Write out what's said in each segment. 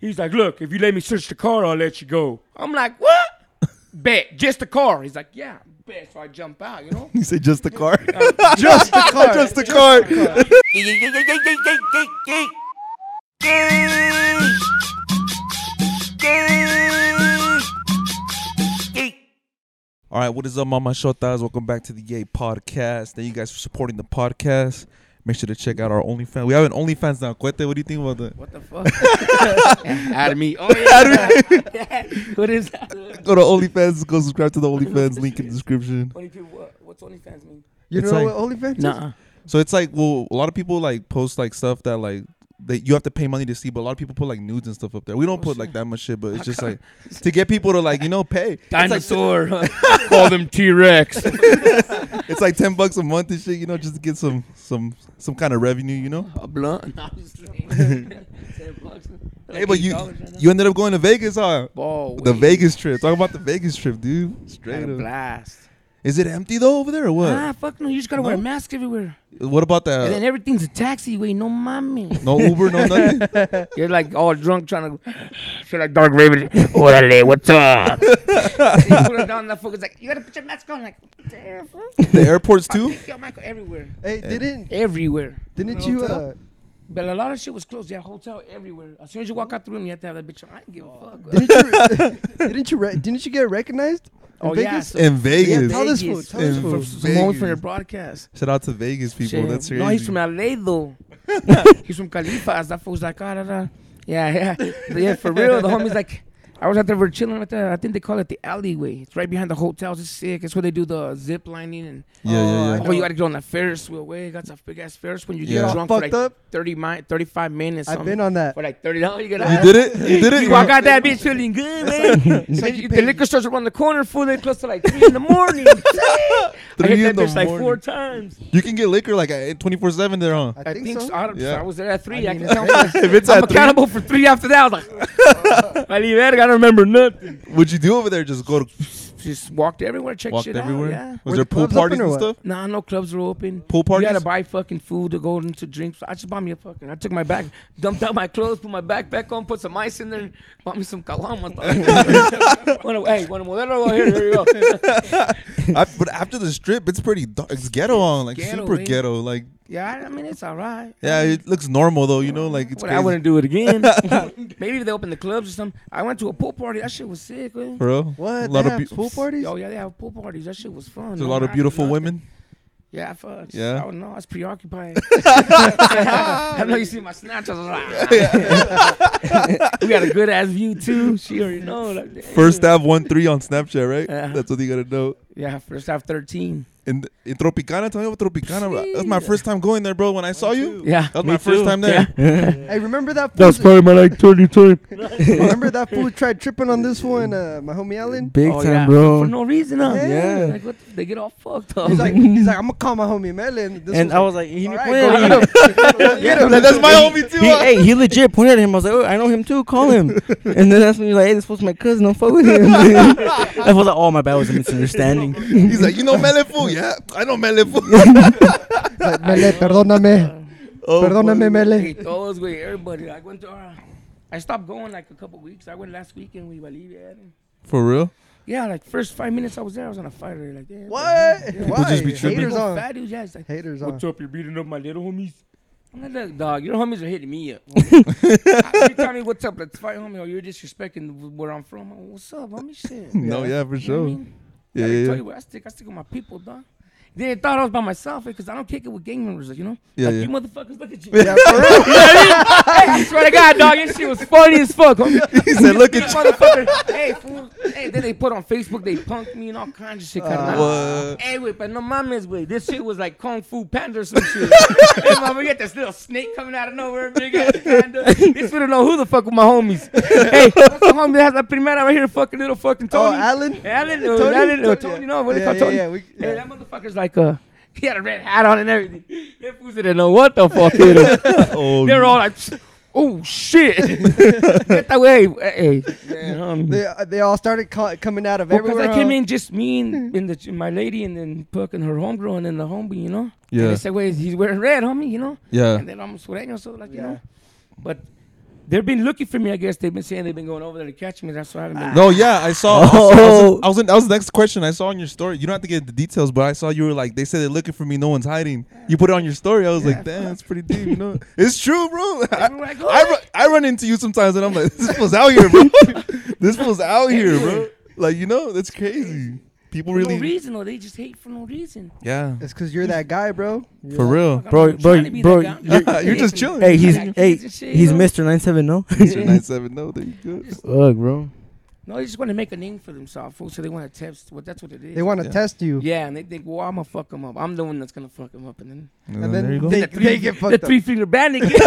He's like, look, if you let me search the car, I'll let you go. I'm like, what? bet, just the car. He's like, yeah, bet. So I jump out, you know? You say just the car? just the car. just the car. All right, what is up, Mama Shotas? Welcome back to the Yay Podcast. Thank you guys for supporting the podcast. Make sure to check out our OnlyFans. We have an OnlyFans now. Cuete, what do you think about that? What the fuck? Out of me. Oh, yeah. what is that? Go to OnlyFans. Go subscribe to the OnlyFans. Link in the description. Only people, what, what's OnlyFans mean? You It's know like- what OnlyFans is? Nuh-uh. So it's like, well, a lot of people like post like stuff that like that you have to pay money to see, but a lot of people put like nudes and stuff up there. We Oh, don't put like that much shit, but it's just like to get people to like you know pay. It's like, Dinosaur. Call them T-Rex. it's like ten bucks a month and shit, you know, just to get some some some kind of revenue, you know. A blunt. Hey, but you you ended up going to Vegas, huh? Ball, The Vegas trip. Talk about the Vegas trip, dude. Straight up. blast. Is it empty though over there or what? Ah, fuck no. Uh. You just gotta wear a mask everywhere. What about and then that? everything's a taxiway. No mommy. No Uber, no nothing. You're like all drunk trying to. You're like Dark Raven. Orale, what's up? you put it down, that fucker's like, you gotta put your mask on. Like, damn, fuck. the airports too. Yo, Michael, everywhere. Hey, didn't Everywhere. didn't you? Uh, But a lot of shit was closed. Yeah, hotel everywhere. As soon as you walk out the room, you have to have that bitch on. I didn't give a fuck. didn't you? didn't you? Re- didn't you get recognized? in oh, yeah. Vegas? So, In yeah. Vegas. Tell this fool. Vegas. Tell this In fool. Vegas. Simone from your broadcast. Shout out to Vegas people. Shit. That's crazy. No, he's from LA though. he's from Califas. That fool's like, ah, da, da. yeah, yeah, yeah, for real. The homie's like, I was out there, we're chilling right there. I think they call it the alleyway. It's right behind the hotels. It's sick. It's where they do the zip lining and Yeah, yeah, yeah. oh, you gotta get on that Ferris wheel. Wait, got a big ass Ferris when you Yeah. get All drunk for fucked like up. thirty mi- thirty five minutes. I've something. been on that. for like thirty dollars. You You got did it. You did it. You walk out that bitch feeling good, man. It's like Then you the pay- liquor stores around the corner, fool. They close to like three in the morning. I hit Three that in the bitch like four morning. times. You can get liquor like twenty four seven there, huh? I I think, think so. so. I, don't- Yeah. I was there at three. I, I mean, can tell you. if it's I'm at three, accountable for three after that. I was like, Vali verga, I don't remember nothing. what'd you do over there? Just go to Just walked everywhere, checked walked shit everywhere. out. Yeah. Was Were there the pool clubs parties open or and what? stuff? Nah, no clubs were open. Pool You had parties? to buy fucking food to go into drinks. I just bought me a fucking. I took my bag, dumped out my clothes, put my backpack on, put some ice in there, and bought me some calamas. Wanna- hey, want a modelo? Here, here you go. I, but after the strip, it's pretty. Dark. It's ghetto on, like ghetto, super eh? ghetto. Like Yeah, I mean it's all right. yeah, it looks normal though. You know, like it's But crazy. I wouldn't do it again. Maybe if they open the clubs or something. I went to a pool party. That shit was sick, man. bro. What? A lot They of have beautiful. pool parties. Oh yeah, they have pool parties. That shit was fun. There's a No, lot I of did beautiful nothing. women. Yeah, fuck. Yeah? I don't know. I was preoccupied. I know you see my snatch. I was like, ah. we got a good ass view too. She already know. Like, damn. First half one three on Snapchat, right? Uh-huh. That's what you gotta know. yeah, first half thirteen. In, in Tropicana, tell me about Tropicana. bro. That's my first time going there, bro. When I saw you, Yeah, that was me my first too. time there. Oh, Hey, remember that? Fool That's that part of my like thirty time. remember that fool tried tripping on this one? Uh, my homie Allen. Big Oh, time, yeah. bro. For no reason, huh? Yeah. Like what? The, they get all fucked up. He's like, he's like, I'm gonna call my homie Melon. This and I was like, he all knew- right, pointed at go him. get him. Get him. That's my homie too. He, hey, he legit pointed at him. I was like, oh, I know him too. Call him. and then that's when you're like, hey, this was my cousin. Don't fuck with him. I was like, oh, my bad. It was a misunderstanding. He's like, you know Melefu? Yeah, I know Melefu. Like, Mele, perdóname, Oh, perdóname, Mele. Hey, those with everybody. I went to. Uh, I stopped going like a couple weeks. I went last weekend. We Bolivia. For real? Yeah, like first five minutes I was there, I was on a fighter. Like, yeah, What? Why? just be tripping. Haters on. Fat dudes, yeah, it's like, Haters on. What's up? You're beating up my little homies. I'm like, look, dog, your homies are hitting me up. homie. you tell me what's up, let's fight, homie. Or you're disrespecting wh- where I'm from. I'm, what's up, homie? Shit. You know No, yeah, for what I sure. mean? Yeah, I can yeah, tell yeah. you where I stick. I stick with my people, dog. Then they thought I was by myself because I don't kick it with gang members, like, you know? Yeah, like, yeah. You motherfuckers, look at you. Yeah, for real. I swear to God, dog, this shit was funny as fuck, homie. He said, look This at you. motherfucker, hey, fool. Hey, then they put on Facebook, they punked me and all kinds of shit. Ah, Uh, What? Hey, wait, but no mames, wait. This shit was like Kung Fu Panda or some shit. hey, mama, we got this little snake coming out of nowhere, big ass panda. This don't know who the fuck with my homies. hey, what's the homie that has that primera right here, fucking little fucking Oh, Tony? Alan. Alan, or Tony? Alan, or Tony, Tony, yeah. no, what do they Yeah, call yeah, Tony? yeah, we- Hey, that motherfucker's like, uh, he had a red hat on and everything. That fools didn't know what the fuck hit him. Oh, They're all like, oh shit. Get that way. Hey, man, homie. They, uh, they all started co- coming out of Well, 'cause everywhere. I came in just me and, and the, my lady and then fucking her homegirl and then the homie, you know? And Yeah. they said, wait, he's wearing red, homie, you know? yeah. And then I'm sureño, so like, you Yeah. know? But They've been looking for me. I guess they've been saying they've been going over there to catch me. That's why I haven't been. No, yeah, I saw. I was- I was, I was in, that was the next question I saw on your story. You don't have to get the details, but I saw you were like, they said they're looking for me. No one's hiding. You put it on your story. I was Yeah. like, damn, that's pretty deep. You know, it's true, bro. I, Everywhere I go, I, run, I run into you sometimes, and I'm like, this fool's out here, bro. this fool's out here, bro. Like, you know, that's crazy. People for no really, reason, though. They just hate for no reason. yeah, It's because you're that guy, bro. You're for that- real. Fuck, I'm Bro, not bro, trying to be bro, that guy. you're- You're you're just chilling. Hey, he's Like, hey, piece of shit, he's bro. Mr. 970. Mr. 97, no, there you go. Fuck, bro. No, they just want to make a name for themselves, fool. So they want to test. Well, that's what it is. They want to Yeah. test you. Yeah, and they think, well, I'm gonna fuck him up. I'm the one that's gonna fuck him up, and then And then there you go. They, The they get the fucked up. three finger band again.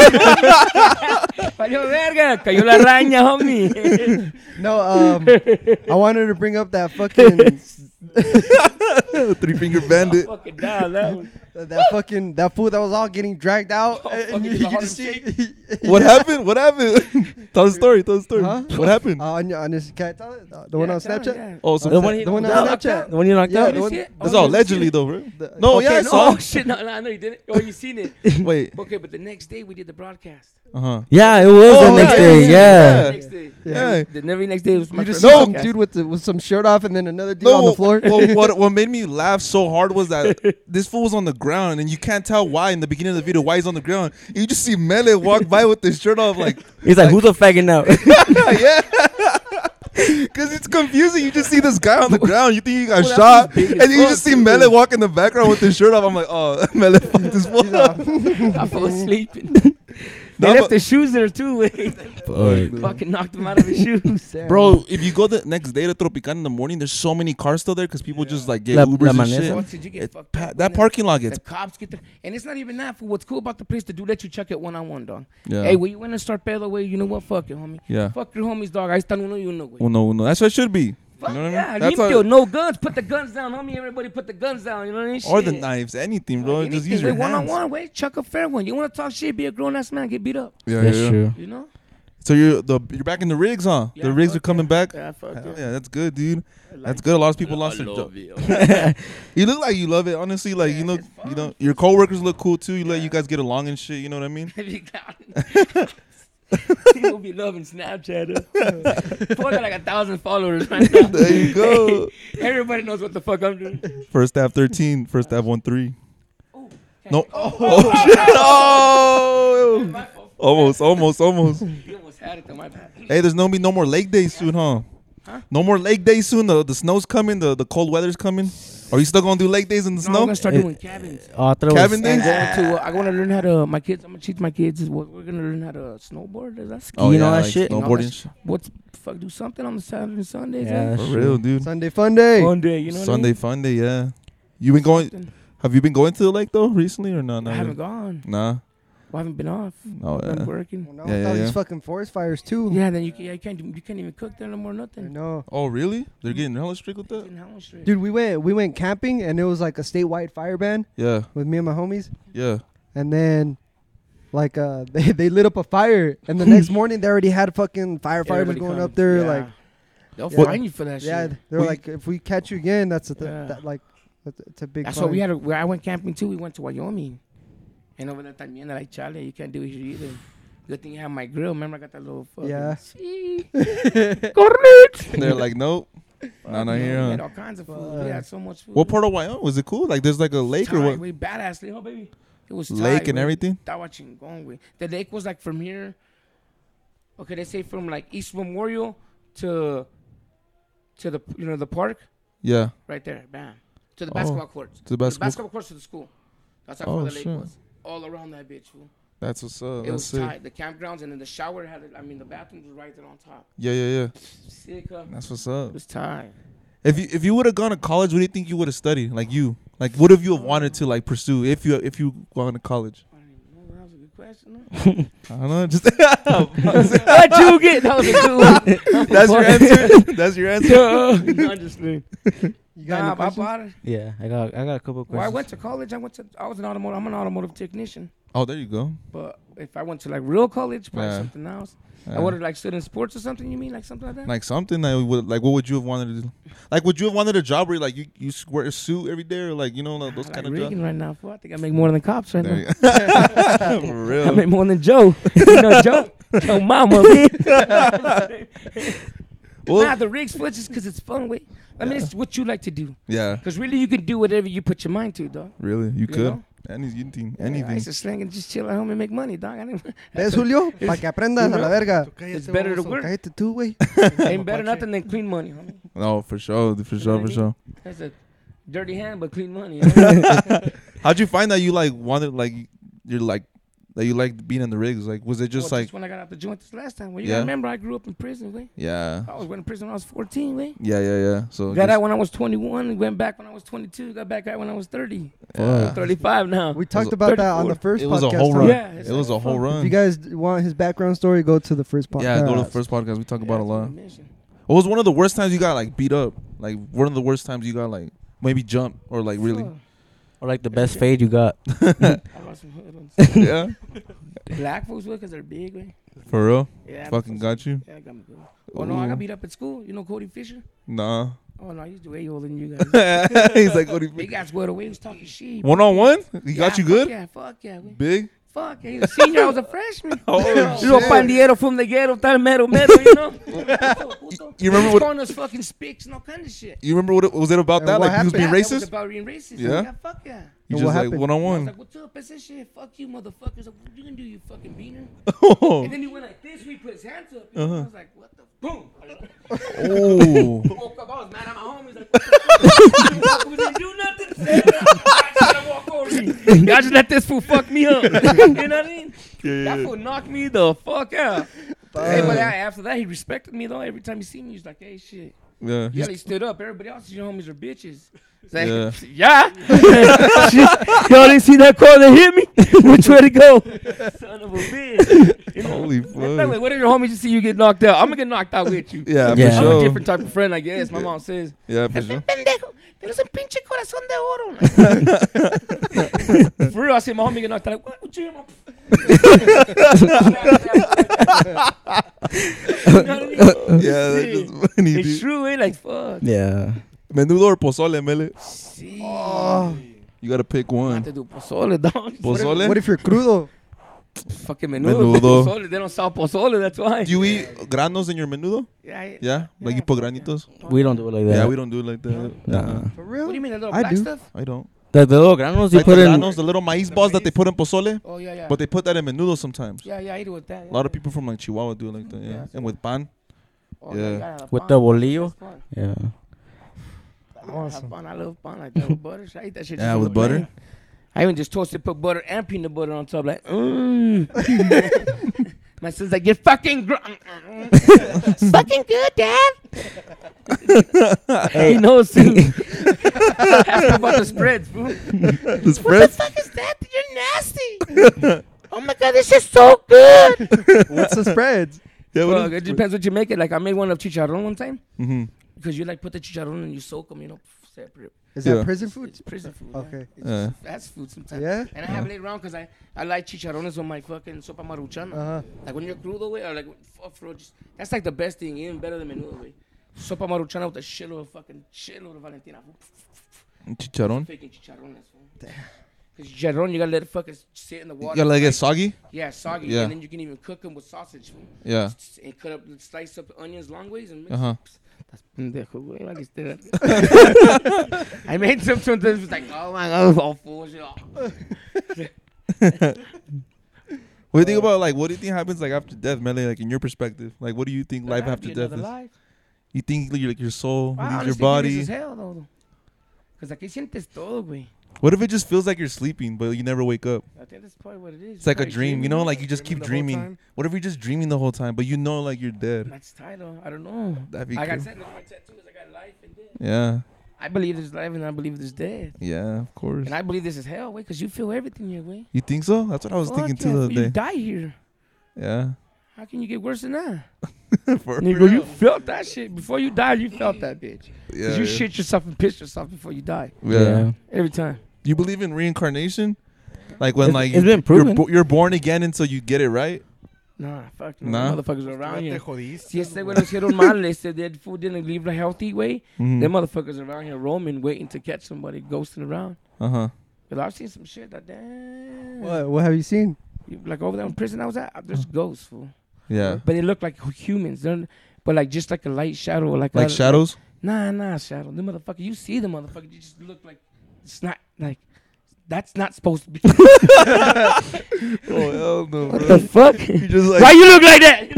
Valió verga, cayó la araña, homie. No, um, I wanted to bring up that fucking Three finger bandit. Fucking down that one. that fucking that fool that was all getting dragged out. Oh, and fucking you, the you heart just see, What happened? What happened? tell the story. Tell the story. Huh? What happened? Uh, on, your- on this, can I tell it? The one Yeah, on tell him, Snapchat. yeah. Oh, so The one he The one knocked on out. Snapchat. The one you knocked Yeah, out. You the one- see it? Oh, That's all you seen allegedly, it? though, bro. The- No, Okay, yeah, I no, saw. Oh shit! No, no, I know you didn't. Oh, you seen it? Wait. Okay, but the next day we did the broadcast. Uh huh. Yeah, it was Oh, the next yeah, day. yeah, Yeah. yeah. Next day. Yeah. Yeah. The very next day was my You just first see No. some podcast. dude with the, with some shirt off and then another dude No, on the floor. well, what what made me laugh so hard was that this fool was on the ground, and you can't tell why in the beginning of the video why he's on the ground. You just see Mele walk by with his shirt off, like He's like, who the faggot now? yeah, because it's confusing. You just see this guy on the ground, you think he got Well, that was shot, big and as then you fuck, just see too. Mele walk in the background with his shirt off. I'm like, oh, Mele fucked this one up. I fell asleep. they No, left but- their shoes there too. Fucking knocked him out of his shoes. Bro, if you go the next day to Tropican in the morning, there's so many cars still there because people just like get La- La Ubers and Manesa. shit. Once did you get It- fucked pa- up, that man? parking lot gets The cops get there, and it's not even that. fool. what's cool about the place, the dude let you check it one on one, dog. Yeah. Hey, when you went to start pedal way, you know what? Fuck it, homie. Yeah. Fuck your homies, dog. I stand uno y uno, güey. Well, no, no, that's what it should be. Fuck you know what yeah, I mean? That's limpio, what, no guns. Put the guns down, homie. Everybody put the guns down. You know what I mean? or the Shit. knives, anything, bro. Just Anything, use your wait, one hands. on one, wait. Chuck a fair one. You want to talk shit? Be a grown ass man. Get beat up. Yeah, You know? So you're the you're back in the rigs, huh? Yeah, the rigs fuck are coming back. Yeah, fuck Hell yeah. yeah, that's good, dude. That's good. A lot of people lost their job. You look like you love it, honestly. Like you Yeah, look, it's you know, your coworkers look cool too. You let you guys get along and shit. You know what I mean? If you got People be loving Snapchat. huh? Boy, I got like a thousand followers right now. There you go. Everybody knows what the fuck I'm doing. First half 13, first half one three. Ooh, No. Oh, shit. Oh. My fault. Almost, almost, almost. You almost had it though, my bad. Hey, there's no be no more lake days soon, huh? Huh? No more lake days soon. The the snow's coming. The the cold weather's coming. Are you still gonna do lake days in the No, I'm snow? gonna start It- doing cabins. Oh, I thought it was- Cabin I'm days? going to. Uh, I want to learn how to. My kids. I'm gonna teach my kids. is What we're gonna learn how to snowboard. Is that ski? Oh, You know that shit? Snowboarding. shit. What's fuck? Do something on the Saturday and Sundays. Yeah, huh? that's For true. real, dude. Sunday fun day. Sunday. You know. what I Sunday mean? fun day. Yeah. You been going? Something. Have you been going to the lake though recently or no? I Not haven't really? gone. Nah. Well, I haven't been off. Oh I've been yeah. working. Well, now Yeah, with yeah, all yeah. these fucking forest fires too. Yeah. Then you can. Yeah, you can't. You can't even cook there no more. Nothing. No, Oh really? They're getting hella strict with that. Fucking hell, shit. dude, we went we went camping and it was like a statewide fire ban Yeah. with me and my homies. Yeah. And then, like, uh, they, they lit up a fire, and the next morning they already had fucking firefighters Everybody going coming. up there. Yeah. Like, they'll yeah. find you for that yeah, shit. they're Well, like, if we catch you again, that's a th- Yeah. that, like, that's, it's a big. That's fine. why we had. A, where I went camping too. We went to Wyoming, and over there también like Charlie, you can't do it here either. Good thing you have my grill. Remember, I got that little. Fucking Yeah. See, correct. They're like, nope. Not out We here. had Huh? all kinds of food. Fuck. we had so much food. What part of Wyoming was it cool? Like there's like a lake or what? We badass, you know, baby. It was Lake tight, and we- everything. Tawa Chingón, güey. The lake was like from here. Okay, they say from like East Memorial to to the you know the park Yeah. right there, bam, to the Oh, basketball courts, To the to the basketball. basketball courts to the school. That's how Oh, far the lake shit. was. All around that bitch, fool. That's what's up. it was That's it. tight. The campgrounds and then the shower had, it, I mean, the bathrooms were right there on top. Yeah, yeah, yeah. Sick, huh? That's what's It up. was tight. If you if you would have gone to college, what do you think you would have studied? Like you, like what have you have wanted to like pursue if you if you gone to college? I don't even know. That was a good question. huh? I don't know. Just What you get? That was a good one. that's your answer. That's your answer. no, I'm just kidding. You got any Nah, I questions? bought it. Yeah, I got I got a couple of Well, I questions. went to college. I went to. I was an automotive. I'm an automotive technician. Oh, there you go. But if I went to like real college, probably Yeah. something else. Yeah. I would have like stood in sports or something. You mean like something like that? like something that would like what would you have wanted to do? Like would you have wanted a job where like you you s- wear a suit every day or like you know like, those Like kind of jobs? Reagan right now. Fool. I think I make more than cops right There you now. go. For I real. make more than Joe. you know Joe. Yo, mama, bitch. Well- nah, the rig splits is because it's fun, way. I mean, it's what you like to do. Yeah, Because really, you can do whatever you put your mind to, dog. really, you could. know? Anything, I used anything. to slang and just chill at home and make money, dog. I didn't, ¿Ves, Julio? Para que aprendas a la verga. it's better to work. Cállate tú, güey. Ain't better nothing than clean money, homie. No, for sure, for sure, for sure. That's a dirty hand, but clean money. oh, homie. How'd you find that you like wanted like you're like that you like being in the rigs? Like, was it just Well, like when I got out the joint this last time. Well, you Yeah. gotta remember, I grew up in prison, way. yeah, I was went to prison when I was 14, way. yeah, yeah, yeah? So Got just- out when I was 21, went back when I was 22, got back out when I was 30, yeah. 35 now. We talked about that on the first it was a podcast. whole huh? run. Yeah, it's it was a like whole fun. run. If you guys d- want his background story, go to the first podcast. yeah, go to the first podcast. We talk about a That's what lot. I mentioned. What was one of the worst times you got like beat up? Like one of the worst times you got like maybe jump or like really? Fuck. Or like the best fade you got. Oh, I got some hood ones. yeah, Black folks because they're big, way. for real. Yeah. Fucking got you. Yeah, I got me good. Oh, no, I Ooh. got beat up at school. You know Cody Fisher? Nah. Oh, no, he's way older than you guys. He's like, what do Big ass squared away. He was talking shit. one on one? Yeah, He got you fuck good? Yeah, fuck yeah. We, Big? fuck yeah. He's a senior. I was a freshman. Oh, Little shit. pandiero from the ghetto, tal mero mero, you know? Puto, puto. You remember He's what- calling us fucking spics and all kind of shit. You remember what it, was it about And that? what Like he was being Yeah, that was racist? about being racist. Yeah? fuck yeah. You And just what like happened? one on I was one. like, what's up? I said, shit, fuck you, motherfuckers. Like, What you gonna do, you fucking beaner? Oh, Uh-huh. And then he went like this, we put his hands up. you know? I was like, what the? Boom. I was like, Oh. woke up, I was mad at my homies. Like, what the fuck? we didn't do nothing. I just gotta walk over here. Y'all just let this fool fuck me up. you know what I mean? That fool knocked me the fuck out. Hey, but I- after that, he respected me though. Every time he see me, he's like, "Hey, shit." yeah. Yeah, he stood up. Everybody else, your homies are bitches. It's like, Yeah. yeah. Y'all didn't see that car that hit me? Which way to go? Son of a bitch. You know? Holy By the way, fuck. what if your homies just see you get knocked out? I'm gonna get knocked out with you. Yeah, for Yeah. I'm a sure. different type of friend, I guess. My mom says. Yeah, for sure. Pendejo, tienes un pinche corazón de oro. For real, I see my homie get knocked out. Like, what? What you hear, mom? You know what I mean? Yeah, that's Shit. just funny, It's dude. true, eh? Like, fuck. Yeah. Menudo or pozole, mele? Sí. Oh. You gotta pick I have one. to do pozole, dog. Pozole? What if you're crudo? Fucking menudo. Menudo. Pozole. They don't sell pozole, that's why. do you eat granos in your menudo? yeah, I- Yeah? Like you put granitos? We don't do it like that. Yeah, we don't do it like that. Nah. Uh-uh. For What real? do you mean, the little I black do. stuff? I don't. Like the little granos you Like the put in. granos, the little maíz balls that they put in pozole, Oh, yeah, yeah. but they put that in menudo sometimes. yeah, yeah, I eat it with that. A lot of people from like Chihuahua do it like that, yeah. Yeah. And with pan. Oh, Yeah. gotta have With pan. the bolillo? That's fun. I Yeah. gotta have pan. I love pan like that with butter. I eat that shit. Yeah, just with all day. butter. I even just toasted, put butter and peanut butter on top. Like, mm. my son's like, you're fucking, gr- Mm, fucking good, dad. he knows too. Ask him about the spreads, bro. The spreads? fuck is that? You're nasty. oh my god, this is so good. What's the spreads? Yeah, Well, what it is- depends what you make it. Like I made one of chicharron one time Mhm. because you like put the chicharron and you soak them, you know, separate. Is Yeah. that prison food? It's prison food. Okay. Yeah. It's Yeah. just fast food sometimes. Yeah? And I Uh-huh. have it later on because I, I like chicharrones on my fucking sopa maruchan. Uh-huh. Like when you're crudo way or like off road, just that's like the best thing, even better than menudo way. Sopa maruchana with a shitload of fucking shitload of Valentina. Chicharron. Fucking chicharrones. Because chicharron, you gotta let it fucking sit in the You water. gotta like get soggy? Yeah, soggy. Yeah. And then you can even cook them with sausage. fool. Yeah. S- And cut up, slice up the onions long ways and mix. Uh-huh. That's pendejo, güey. valiste verga. I made some sometimes. It's like, oh my god, all full shit. Oh. What do you think about like what do you think happens like after death, Mele? Like in your perspective, like what do you think life There'll after be death another is? life. You think like, your- like your soul I leaves honestly your think it body? is as hell, though. Because aquí sientes todo, güey. What if it just feels like you're sleeping but you never wake up? I think that's probably what it is. It's like a Probably dream, you know, dreaming. like you just keep Dreaming the whole dreaming. What if you're just dreaming the whole time but you know like you're dead? That's tight, though. I don't know. That'd be like I cool. said, my tattoos, I got life and death. Yeah. I believe there's life and I believe there's death. Yeah, of course. And I believe this is hell, way, because you feel everything here, Oh, way. You think so? That's what I was Fuck thinking yeah, too the You other day. die here. Yeah. How can you get worse than that? For Nigga, you felt that shit. Before you died, you felt that bitch. 'Cause Yeah, you yeah. shit yourself and piss yourself before you die. Yeah. Every time. Do you believe in reincarnation? Like when It's- like it's been You're, proven. bo- you're born again until you get it right. Nah, fuck no. Nah. Motherfuckers around Te here. jodiste. Si este güey lo hicieron mal, they said that food didn't leave the healthy way. Mhm. Them motherfuckers around here roaming, waiting to catch somebody, ghosting around. Uh huh. Because I've seen some shit that, damn. What, what have you seen? You- Like over there in prison I was at, there's ghosts, fool. Mm. Yeah. but they look like hu- humans. They're, but like just like a light shadow, like Like a- shadows. Nah, nah, shadow. The motherfucker, you see the motherfucker, you just look like it's not like that's not supposed to be. Oh hell no, what the fuck? You just Why like you look like that?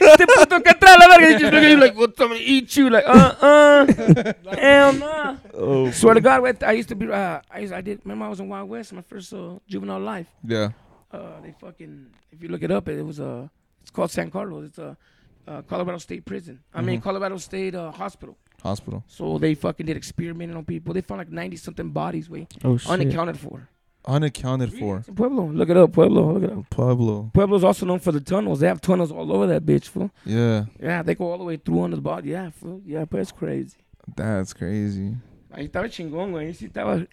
Este puto que atrás, la verga. You just look at you like, what's gonna eat you? Like, uh, uh, hell nah. oh Swear to God, wait, I used to be. Uh, I used, I did. Remember, I was in Wild West, my first uh, juvenile life. yeah. Uh, they fucking. If you look it up, it, was Uh, it's called San Carlos. It's a uh, Colorado State prison. I mean, Mhm. Colorado State uh, hospital. Hospital. So they fucking did experimenting on people. They found like ninety something bodies, way Oh shit. unaccounted for. Unaccounted for. It's in Pueblo, look it up. Pueblo, look it up. Pueblo. Pueblo's also known for the tunnels. They have tunnels all over that bitch, fool. Yeah, Yeah, they go all the way through under the body. Yeah, fool. Yeah, but it's crazy. that's crazy. Ahí estaba chingón, güey. Ahí sí estaba.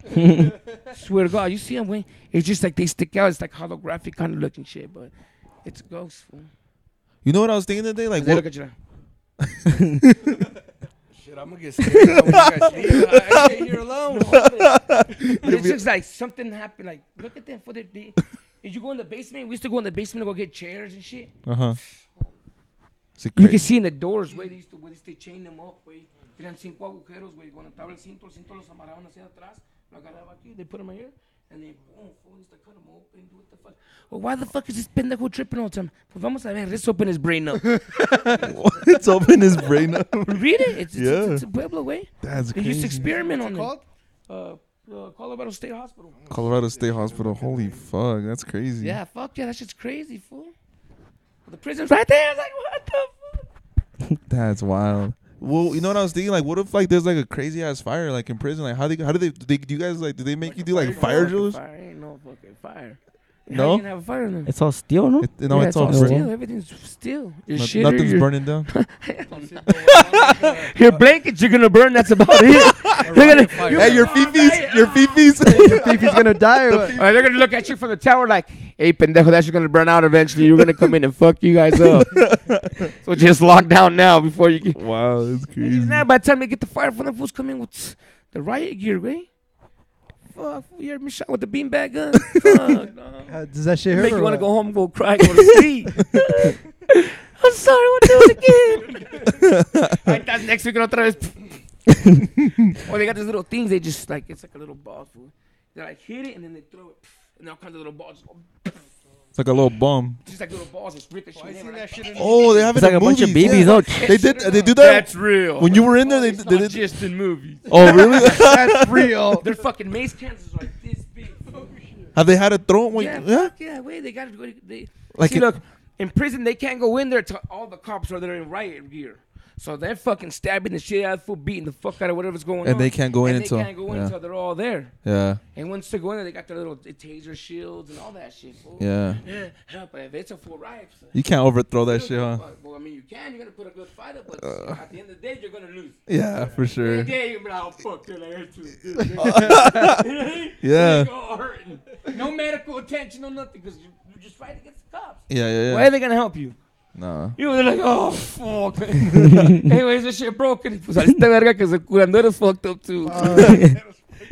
Swear to God, you see them, güey. It's just like they stick out. It's like holographic kind of looking shit, but it's a ghost, fool. You know what I was thinking today? Like, They look at what, you like, Shit, I'm gonna get scared. now when you guys leave. I I stay here alone. But it's just like something happened. Like, look at them for the day. Did you go in the basement? We used to go in the basement to go get chairs and shit. uh huh. You can see in the doors, güey. They used to, güey, they used to chain them up, güey. Eran cinco agujeros, güey. Cuando estaba el cinto, el cinto los amarraban hacia atrás. Lo agarraba aquí. They put them here. And then, boom, fool, used to cut them open. Do what the fuck. Well, why the fuck is this pendejo tripping all the time? Pues vamos a ver. Let's open his brain up. it's open his brain up. Read it. It's, it's, Yeah. it's, it's a Pueblo, güey. That's They used to crazy. experiment on it. Uh, uh, Colorado State Hospital. Colorado State Hospital. Holy fuck, that's crazy. Yeah, fuck yeah. That shit's crazy, fool. The prison's right there. It's like, what the fuck? That's wild. Well, you know what I was thinking? Like, what if like there's like a crazy ass fire like in prison? Like, how do they, how do they, do they do you guys like do they make you do like fire Fucking drills? Fire. Ain't no fucking fire. No? How you gonna have a fire in there? It's all steel, no? It, no, Yeah, it's, all, steel. burnt. still. Everything's still. Your No- shit or nothing's your, burning down. Your blankets you're gonna burn. That's about it. they're gonna. hey, your fifis, your fifis. Think he's gonna die or what? Or they're gonna look at you from the tower like, "Hey, pendejo, that's gonna burn out eventually. You're gonna come in and fuck you guys up. so just lock down now before you get." wow, that's crazy. Now, by the time they get the fire from the fools coming with the riot gear, right? Fuck, you heard me shot with the beanbag gun. Fuck, dog. Uh, does that shit hurt? Make or you want to what? go home, and go cry, go to sleep. I'm sorry, we'll do it again. like that next week, otra vez. or they got these little things. They just like it's like a little ball. Fool. They like hit it and then they throw it, and all kinds of little balls. It's like a little bomb. Just like little balls, just ricochet. I seen that shit in Oh, they have It's it like in a bunch of movies, babies, yeah. no? They did. They do that That's real. when you were in there. They, It's they not did. just in movies. Oh, really? That's real. Their fucking mace cans are like this big. Oh, fool. Have they had a throne? When, yeah, yeah. fuck yeah, wait, they gotta go. They, Like see, it- look, in prison they can't go in there till all the cops are there in riot gear. So they're fucking stabbing the shit out of food, beating the fuck out of whatever's going on. And they can't go in and until- they can't go in yeah. until they're all there. Yeah. And once they go in there, they got their little taser shields and all that shit. Fool. Yeah. Yeah, but if it's a full riot, so You can't overthrow that you shit, don't huh? Uh. give a fuck. Well, I mean, you can. You're gonna put a good fight up, but at the end of the day, you're gonna lose. Yeah, for Yeah, sure. you're gonna be like, oh, fuck, they're like, it's just- it's just- Yeah. it's all hurting. No medical attention, no nothing, because you you just fight against the cops. Yeah, yeah, Why are yeah. they gonna help you? Nah. You know, they're like, oh, fuck. Anyways, this shit broken. Pues saliste verga que el curandero's fucked up too. Uh,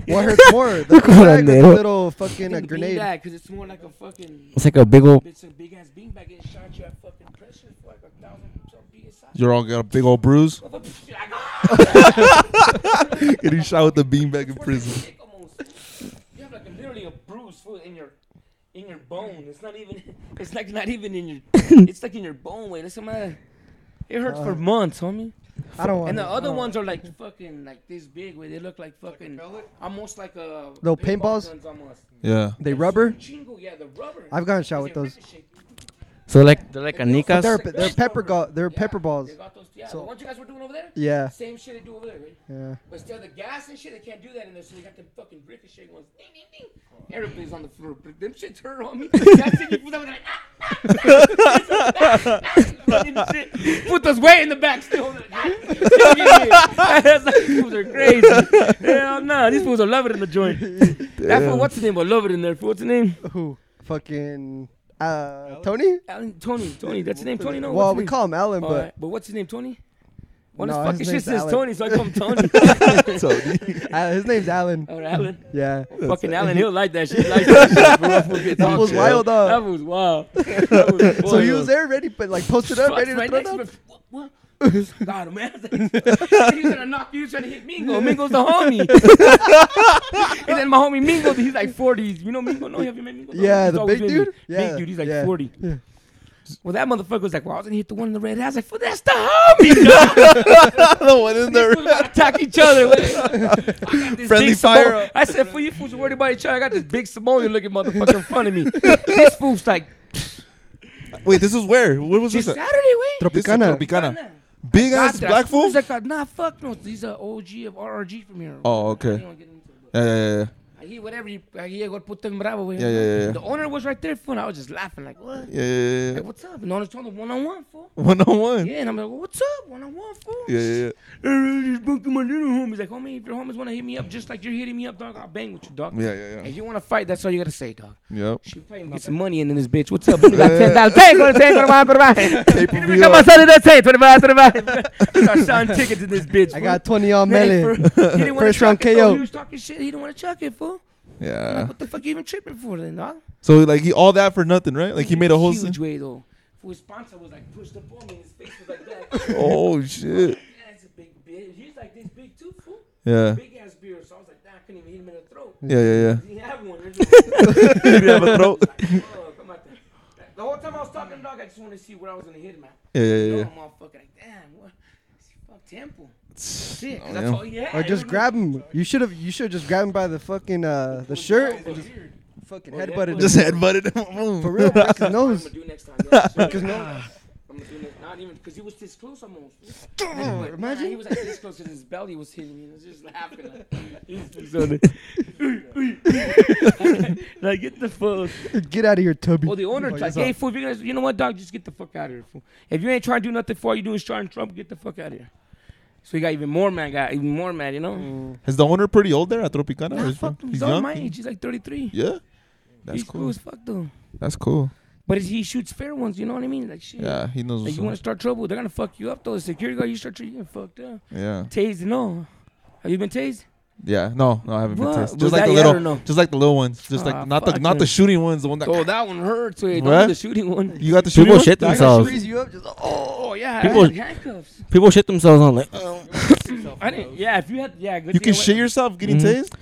what hurts more? The beanbag or the Curandero. little fucking a Fucking grenade. beanbag, 'cause it's more like a fucking, It's like a big old. it's a big ass beanbag and shot you at fucking pressure for like a thousand some PSI. You're all got a big old bruise. "Oh, Shit, I Getting shot with the beanbag in got prison. sick almost. You have like a, literally a bruise fool, in your in your bone. It's not even, it's like not even in your, it's like in your bone. Wait, that's the matter. It hurts Ah. for months, homie. I don't want. And the it. I other don't- ones are like fucking like this big, where they look like fucking almost like a Little paintball paintballs? guns almost. Yeah. They rubber. Chingo, yeah, the rubber. I've gotten shot with those. So like they're like But anicas. they're That's- pe- they're pepper go- they're pepper balls. They got those, yeah. So- the ones you guys were doing over there, Yeah. same shit they do over there. Right? Yeah. But still, the gas and shit, they can't do that in there, so they got the fucking ricochet ones. Ding, ding, ding. Everybody's on the floor, but them shits hurt on me. That's it, you put them like, ah, ah, ah, ah, fucking shit. Put those way in the back still. That's like, these fools are crazy. Hell no, these fools are loving in the joint. That fool, what's his name? I love it in there. What's his name? Who? Fucking. Uh, Tony. Alan, Tony, Tony. That's his name, Tony. No, Well, what's his we name? call him Alan, All right, but but what's his name, Tony? Well, No, his fucking his shit name's says Alan. Tony, so I call him Tony. Al- uh, his name's Alan. oh, Alan. Yeah. fucking Alan Hill like that shit. Like that, shit, bro. That fool get That was talked. wild, dog. That was wild. That was So he wild. was there ready, but like posted up, Fuck, ready to right throw next down. to me. What? what? Got him, man. he was gonna knock you. He was trying to hit Mingo. Mingo's the homie. and then my homie Mingo, he's like 40s. You know Mingo? No, have you met Mingo? Yeah, He's the always big with me. dude? Yeah, Big dude. He's like yeah, 40. yeah. Well, that motherfucker was like, well, I was gonna hit the one in the red house. I was like, well, that's the homie. dog. the one in These there. fools about to attack each other. Like, I got this Friendly big fire Samoan- up. I said, fool, you fools are worried about each other. I got this big Samoan looking motherfucker in front of me. This fool's like, Wait, this is where? Where was it's this? at? Saturday, way. This is Tropicana. Tropicana. Big ass black fool. He's like, uh, nah, fuck no. He's an OG of RRG from here. Oh, I okay. don't get into it, Yeah, yeah, yeah, but He, whatever, he, like, he got put them bravo with Yeah, yeah, yeah, yeah. The owner was right there, fool, and I was just laughing, like, what? yeah, yeah, yeah, yeah. Like, what's up? And the owner's telling him one-on-one, fool. One on one. Yeah, Yeah, and I'm like, what's up? One-on-one, fool. yeah, yeah. Hey, just bunking my little homies. Like, homie, if your homies want to hit me up just like you're hitting me up, dog, I'll bang with you, dog. Yeah, yeah, yeah. If you want to fight, that's all you got to say, dog. Yep. She playing get some money in this bitch. What's up? Booty got ten dollars. Hey, go to ten, go to mine, go to mine. Pay-per-view. Come on, son, that's ten, twenty-five, twenty-five. I got selling tickets in this bitch. I fool. got 20 on Man, Melly. for- he didn't wanna First round chuck it, though. KO. He was talking shit. He didn't want to chuck it, fool. I'm Yeah. Like, what the fuck you even tripping for then, dog? So like he all that for nothing, right? Like he made a whole. huge scene. way though. Fool, His sponsor was like pushed up on me. His face was like that. Oh shit. That's a big bitch. He's like this big too, fool. Yeah. Big ass beard. So I was like, nah, I couldn't even hit him in the throat. Yeah, yeah, yeah. He didn't have one. There's no- He didn't have a throat. Oh, come out there. The whole time I was talking, dog, I just wanted to see where I was gonna hit him at. Yeah, yeah, You know, yeah. I'm all fucking like, damn, what? Fuck Temple. Shit, 'cause that's yeah. all he had. Or just grab him. You should have. You should just grab him by the fucking uh the shirt. I'm And just just fucking Oh, yeah. headbutt him. Just headbutted him. for real, break his I'm nose. gonna do next time. Yeah, Cause no. I'm gonna do next, not even because he was this close almost. And he went, nah, Imagine. he was like this close because his belly was hitting me. And I was just laughing. Like, he's- he's on it. like get the fuck. Get out of here, Tubby. Well, the owner Fuck like, yourself. hey fool, if you're gonna, you know what, dog, just get the fuck out of here. Fool. If you ain't trying to do nothing for you doing starting Trump, get the fuck out of here. So he got even more mad, got even more mad, you know. Is the owner pretty old there at Tropicana? Nah, Or is- fuck him. He's, he's all young. my age. He's like 33. Yeah. That's he's cool. cool. as fuck though. That's cool. But he shoots fair ones. You know what I mean? Like shit. Yeah, he knows. Like you want to What's up. start trouble, they're gonna fuck you up though. The security guard, you start treating fucked up. Yeah. Tased and all. Have you been tased? Yeah. No, no, I haven't been What? tested. Was Just like that the yet little, or no? just like the little ones. Just Ah, like not the fuck not no. the shooting ones. The one that Oh, that one hurts. Wait, What? not the shooting one. you got the shooting People ones? shit themselves. Freeze you up. Just Oh oh. yeah, People- I had handcuffs. People shit themselves on like. uh, I didn't. Yeah, if you had, yeah, good thing You can I went- shit yourself getting Mhm. Mm-hmm. tased.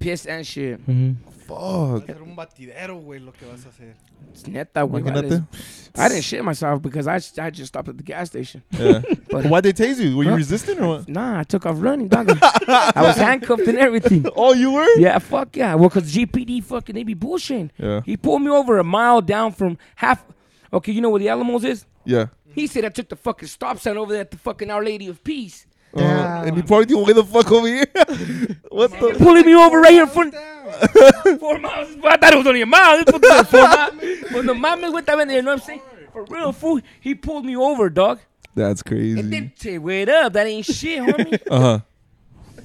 piss and shit. Va a Fuck. ser un batidero, güey, lo que vas a hacer. It's net that way. I, Imagínate. just- I didn't shit myself because I I just stopped at the gas station. Yeah. But- Why they tase you? Were you Huh? resistant or what? Nah, I took off running, dog. I was handcuffed and everything. Oh, you were. Yeah, fuck yeah. Well, cause GPD fucking they be bullshitting. Yeah. He pulled me over a mile down from half. Okay, you know where the Alamos is? Yeah. He said I took the fucking stop sign over there at the fucking Our Lady of Peace. Uh, Damn. and he parked you way the fuck over here. what They're the? pulling me over right here in front. Four miles. I thought it was only a mile. This was like four miles. But no mames with that in there. You know what I'm saying? For real, fool. He pulled me over, dog. That's And crazy. then say, wait up. That ain't shit, homie. Uh huh.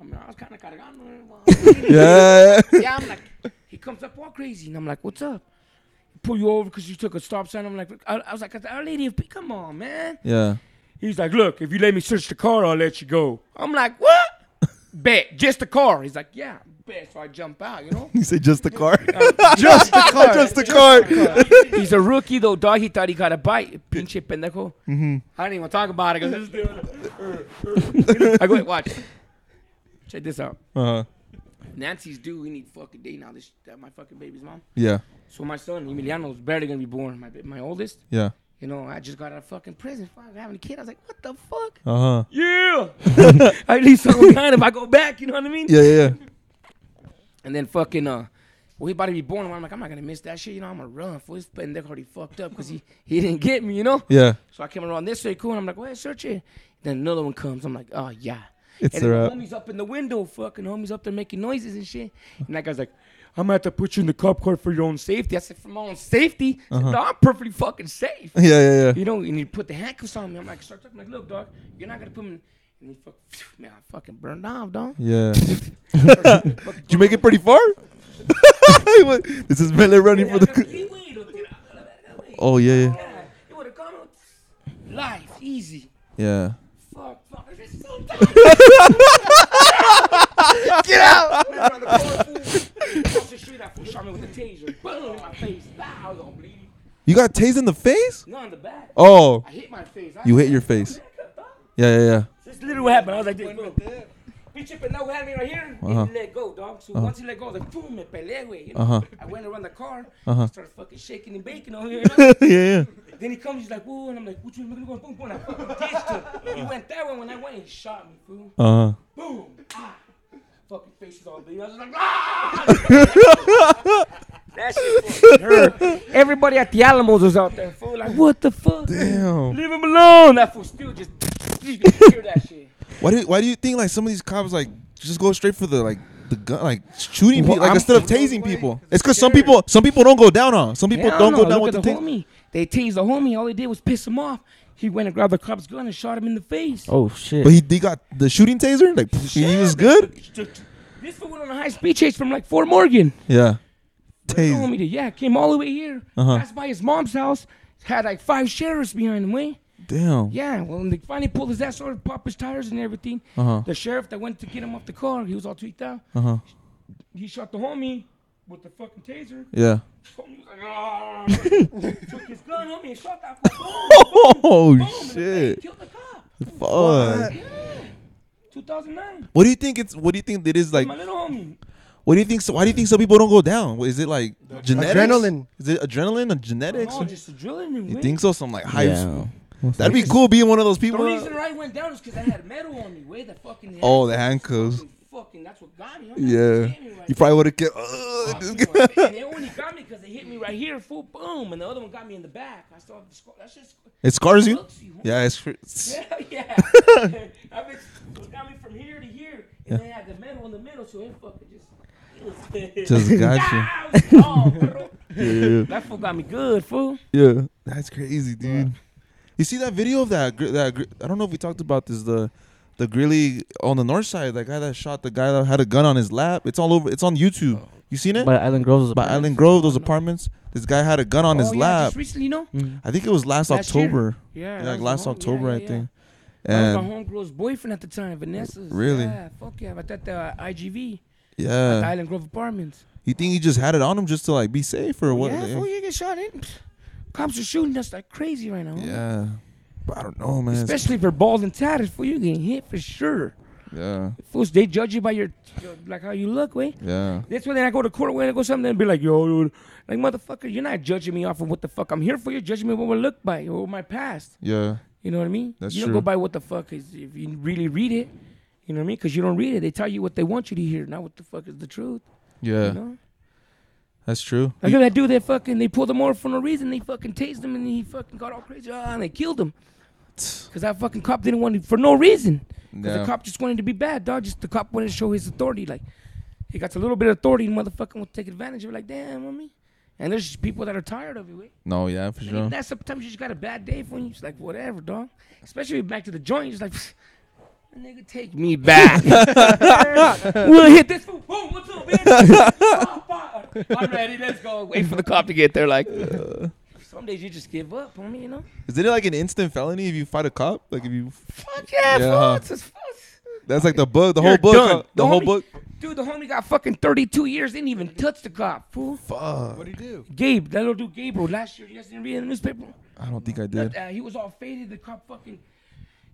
I mean, I was kind of cargando. Yeah. yeah, I'm like, he comes up all crazy, and I'm like, what's up? Pull you over because you took a stop sign. I'm like, I, I was like, "At the Our Lady of Peace, come on, man. Yeah. He's like, look, if you let me search the car, I'll let you go. I'm like, what? bet, just the car. He's like, yeah, bet. So I jump out, you know. You say just the car. Just the car. just the car. He's a rookie though, dog. He thought he got a bite. Pinche pendejo. I didn't even talk about it because this dude. I go, wait, watch. Check this out. Uh huh. Nancy's due any fucking day now. This uh, my fucking baby's mom. Yeah. So my son Emiliano's barely gonna be born. My ba- my oldest. Yeah. You know, I just got out of fucking prison. Fuck, having a kid. I was like, what the fuck? Uh huh. Yeah. I leave something behind if I go back. You know what I mean? Yeah. Yeah. Yeah. And then fucking uh, well, he about to be born. and I'm like, I'm not gonna miss that shit. You know, I'm gonna run. Fool, this pendejo already fucked up because he he didn't get me. You know. Yeah. So I came around this way, cool, and I'm like, well, search it. Then another one comes. I'm like, oh, yeah. It's uh, and then a the wrap. homie's up in the window, fucking homie's up there making noises and shit. Uh-huh. And that guy's like, I'm gonna have to put you in the cop car for your own safety. I said, for my own safety? I Uh-huh. said, no, I'm perfectly fucking safe. Yeah. Yeah. Yeah. you know, and he put the handcuffs on me. I'm like, start talking, like, look, dog, you're not gonna put me in. And he fuck, man, I fucking burned off, dog. Yeah. Did you make it pretty far? He went, this is Miller running for the. Oh yeah. yeah. It would have gone with life, easy. Yeah. Fuck, fuck, this is so dumb. Get out! Ran around the corner, fool. Across the street, that fool shot me with a taser. Boom, in my face. Ah, I was all bleeding. You got tased in the face? No, in the back. Oh, I hit my face. I you hit your face. Yeah, yeah, yeah. This is literally what happened. I was like, this, bro. He chipping out, had me right here. Uh-huh. And he let go, dog. So once he let go, I was like, boom, me peleé, güey. You know? Uh-huh. I went around the car. Uh-huh. Started fucking shaking and baking on here. You know? yeah, yeah. then he comes, he's like, whoa, and I'm like, which way am I gonna go? Boom, boom. And I fucking ditched him. He went that way. When I went, he shot me, fool. Uh huh. Boom. Ah. Fucking faces all bleeding. I was just like, ah. that shit fucking hurt. Everybody at the Alamos was out there, fool. Like, what the fuck? Damn. Leave him alone. That fool still just. You can hear that shit. Why do you, Why do you think like some of these cops like just go straight for the like the gun like shooting people like I'm- instead of tasing people? It's because some people some people don't go down on some people Hell don't no, go down look with the at thing. homie. They teased the homie. All they did was piss him off. He went and grabbed the cop's gun and shot him in the face. Oh shit. But he, he got the shooting taser. Like he was good. This fool went on a high speed chase from like Fort Morgan. Yeah. The Tase. homie did, yeah, came all the way here. Uh-huh. That's by his mom's house. Had like five sheriffs behind him, eh? way. Damn. Yeah, well, when they finally pulled his ass over, popped his tires and everything. Uh huh. The sheriff that went to get him off the car, he was all tweaked out. Uh huh. He shot the homie with the fucking taser. Yeah. Homie was like, "Ah." took his gun, homie, and shot that fool. Oh Boom, boom, in the face, shit. Killed the cop. Fuck. 2009. What do you think it's? What do you think it is like? my little homie. What do you think? So why do you think some people don't go down? What, Is it like genetics? Adrenaline. Is it adrenaline Oh, or genetics? No, just a drilling him. you wait. think so? Some like hype. yeah. That'd be cool being one of those The people. reason I went down is because I had metal on me. Way the fucking. Oh, the handcuffs. Fucking, fucking, that's what got me. I'm not Yeah. kidding you right You probably would have kept. now. Ugh, Fucking my fa- and they only got me because they hit me right here, full boom, and the other one got me in the back. I still have the scar. That shit sc- it scars you. hooks you. Yeah, it's. it's Yeah, yeah. I mean, it got me from here to here, and then I had the metal in the middle, so it fucking just. it was- Just got you. Ah, it was gone, bro. Yeah, that fool got me good, fool. yeah. That's crazy, dude. You see that video of that? gr- That gr- I don't know if we talked about this. The the grilly on the north side, that guy that shot the guy that had a gun on his lap. It's all over. It's on Oh. YouTube. You seen it? By Island Girls was By about Island Grove, those apartments. This guy had a gun on oh, his yeah, lap. Just recently, you know? I think it was last, Last year? October. Yeah, Yeah, that like was last my hom- yeah, October, yeah, I yeah. think. That was And my homegirl's boyfriend at the time, Vanessa's. Really? Yeah, fuck yeah. But at the IGV, yeah, Island Grove Apartments. you think he just had it on him just to like be safe or what? yeah, Like, fool, you get shot in. Cops are shooting us like crazy right now. homie. yeah. But I don't know, man. It's- Especially if you're bald and tatted, fool, you getting hit for sure. Yeah, Fools, they judge you by your, your- like how you look, way. yeah, That's when I go to court when I go something and be like, yo, dude, like motherfucker, you're not judging me off of what the fuck I'm here for. You're judging me what we look by or my past. yeah. You know what I mean? That's you don't true. go by what the fuck is if you really read it. You know what I mean? Because you don't read it. They tell you what they want you to hear, not what the fuck is the truth. Yeah, You know? that's true. Like that dude, they fucking they pulled him over for no reason. They fucking tased him and he fucking got all crazy ah, and they killed him. Cause that fucking cop didn't want to, for no reason. Cause Yeah. the cop just wanted to be bad, dog. Just the cop wanted to show his authority. Like he got a little bit of authority, and motherfucking will take advantage of. it. Like damn, homie. And there's just people that are tired of it. Wait. No, yeah, for And even sure. that sometimes you just got a bad day for you. It's like whatever, dog. Especially back to the joint. You're just like, nigga, take me back. we'll hit this. Boom, boom, what's up, bitch? Oh, fuck. I'm ready. Let's go. Wait for the cop to get there. Like, some days you just give up on me, you know? Is it like an instant felony if you fight a cop? Like if you, Fuck yeah, Yeah. fool. It's just- that's like the book, the You're whole book, done. uh, the whole Homie. book. Dude, the homie got fucking 32 years. Didn't even touch the cop, fool. Fuck, What do you do? Gabe, that little dude Gabriel, last year, you guys didn't read in the newspaper? I don't think I Not- did. uh, he was all faded. The cop fucking.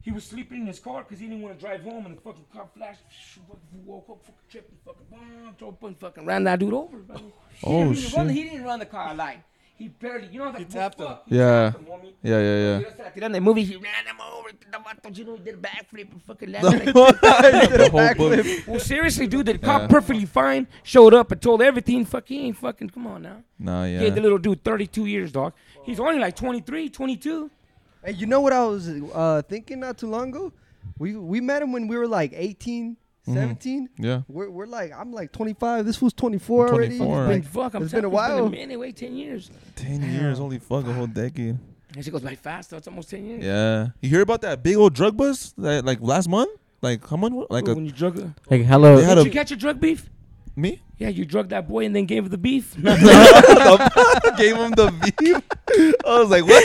He was sleeping in his car because he didn't want to drive home, and the fucking cop flashed. fucking Woke up, fucking tripped, and fucking boom, drove and fucking ran that dude over. brother. He Oh, didn't even Run, shit. he didn't run the car like he barely. You know that. He tapped him. Yeah. Tapped him, homie. Yeah, yeah, You know, like, in the movie, he ran him over. The fuck, You know, he did a backflip and fucking landed. like- yeah. the whole book. well, seriously, dude, the cop perfectly fine showed up and told everything. Fuck, he ain't fucking. Come on now. Nah, Gave the yeah. little dude 32 years, dog. He's only like 23, 22. Hey, you know what I was uh, thinking not too long ago? We we met him when we were like 18, Mm-hmm. 17. Yeah. We're, we're like I'm like 25. This was 24 already. 24. Been Like, fuck, I'm it's been a telling you, while. It's been a minute, wait, 10 years. Ten years, holy fuck, a whole decade. And she goes by fast, though. It's almost 10 years. Yeah. You hear about that big old drug bust that like last month? Like how much? Like Ooh, a when you drug her. Like hello. They had Did a- you catch a drug beef? me? Yeah, you drugged that boy and then gave her the beef. Gave him the beef. I was like, what?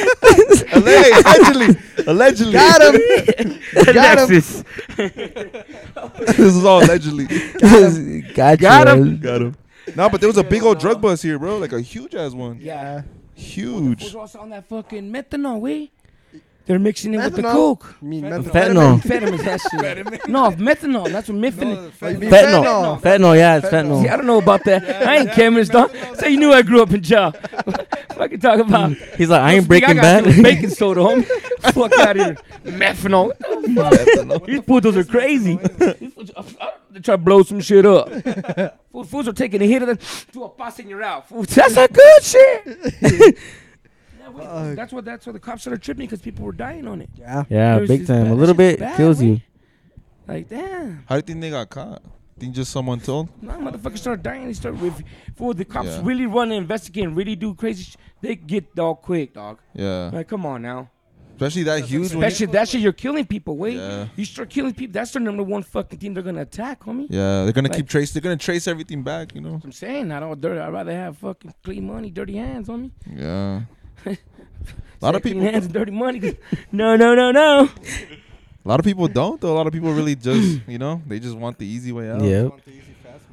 Allegedly, allegedly, allegedly. Got him. Got him. Nexus. this is all allegedly. Got Got him. you. Got him. No, but there was a big old drug bust here, bro. Like a huge ass one. Yeah. Huge. Who's also on that fucking methanol, we? They're mixing it with the Methanol? coke. You mean Fentanyl. Fentanyl. Amphetamines, that shit. no, methanol. That's what methanol. No, fentanyl. Fentanyl. Fentanyl. Fentanyl. Yeah, it's See, I fentanyl. don't know about that. I ain't chemist, dog. So you knew I grew up in jail. Fucking talk about. He's like, I ain't First thing breaking I got bad. to do is Baking soda, homie. Fuck out here. Methanol. What the fuck? These fools are crazy. These fools- they try to blow some shit up. Fool- Fools are taking a hit of the to a pass in your out. Fools- That's a good shit. Yeah, we- that's what that's what the cops started tripping because people were dying on it. Yeah. Yeah, Yours big is time. bad. A little That shit's bit bad, kills you. Like damn, How do you think they got caught? Think just someone told? nah, motherfuckers start dying. They start with fool. The cops Yeah. really run and investigate and really do crazy. Sh- they get dog quick, dog. Yeah. Like come on now. Especially that huge one. That shit, that shit, you're killing people. Wait, Yeah. you start killing people. That's their number one fucking thing they're gonna attack, homie. Yeah, they're gonna Like- keep trace. They're gonna trace everything back, you know. I'm saying I don't dirty. I'd rather have fucking clean money, dirty hands, homie. Yeah. a lot of Clean people. hands, and dirty money. 'cause- no, no, no, no. A lot of people don't though. A lot of people really just, you know, they just want the easy way out. Yeah.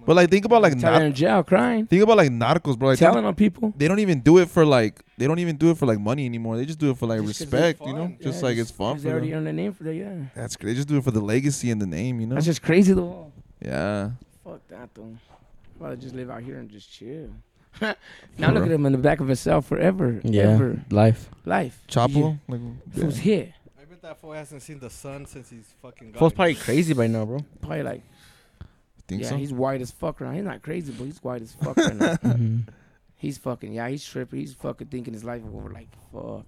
But like, think about like Tyler nar- in jail crying, think about like narcos, bro. Like, telling on people. they don't even do it for like they don't even do it for like money anymore. They just do it for like Just 'cause it's respect, you know. fun. Just Yeah, like it's fun 'cause for They already them. earned a name for that. Yeah, That's great. They just do it for the legacy and the name, you know. that's just crazy though. Yeah. Fuck that though. I'd rather just live out here and just chill. now look at him in the back of his cell forever. Yeah. Ever. Life. Life. Yeah. Chapo. Like, yeah. Who's here? I bet that fool hasn't seen the sun since he's fucking. Fool's gone. probably crazy by now, bro. Probably like, Think yeah, so? he's white as fuck right now. He's not crazy, but he's white as fuck right now. Mm-hmm. He's fucking yeah, he's tripping. He's fucking thinking his life over like fuck.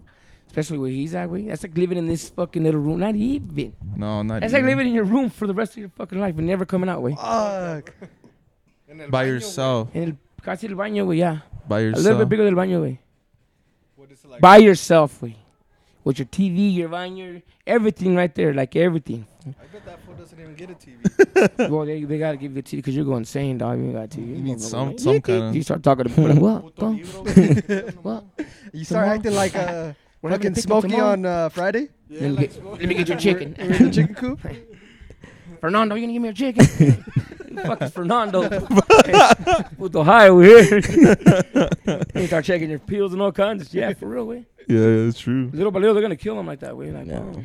Especially where he's at, way. That's like living in this fucking little room. Not even. No, not That's like even. living in your room for the rest of your fucking life and never coming out, way. Fuck. In El by Baño, yourself. In el casi el baño, way, yeah. By A yourself. little bit bigger than el baño, way. What is it like? By yourself, way. With your TV, your baño, everything right there, like everything. I bet that fool doesn't even get a TV. well, they, they gotta give you a TV because you're going insane, dog. You ain't got a TV. You need motherfucker. some some kind You of. start talking to people like, what? Puto bro? libro. What? You start Tomorrow? acting like uh, We're having fucking picnic Smokey tomorrow? on uh, Friday. Let Yeah, me like get- smoke. let me get your chicken. We're in the chicken coop. Fernando, you gonna give me a chicken? Fuck is Fernando. With Ohio here. you start checking your pills and all kinds of shit. Yeah, for real, way. Yeah, yeah, that's true. Little by little, they're gonna kill him like that, way. Like, oh, No. wow.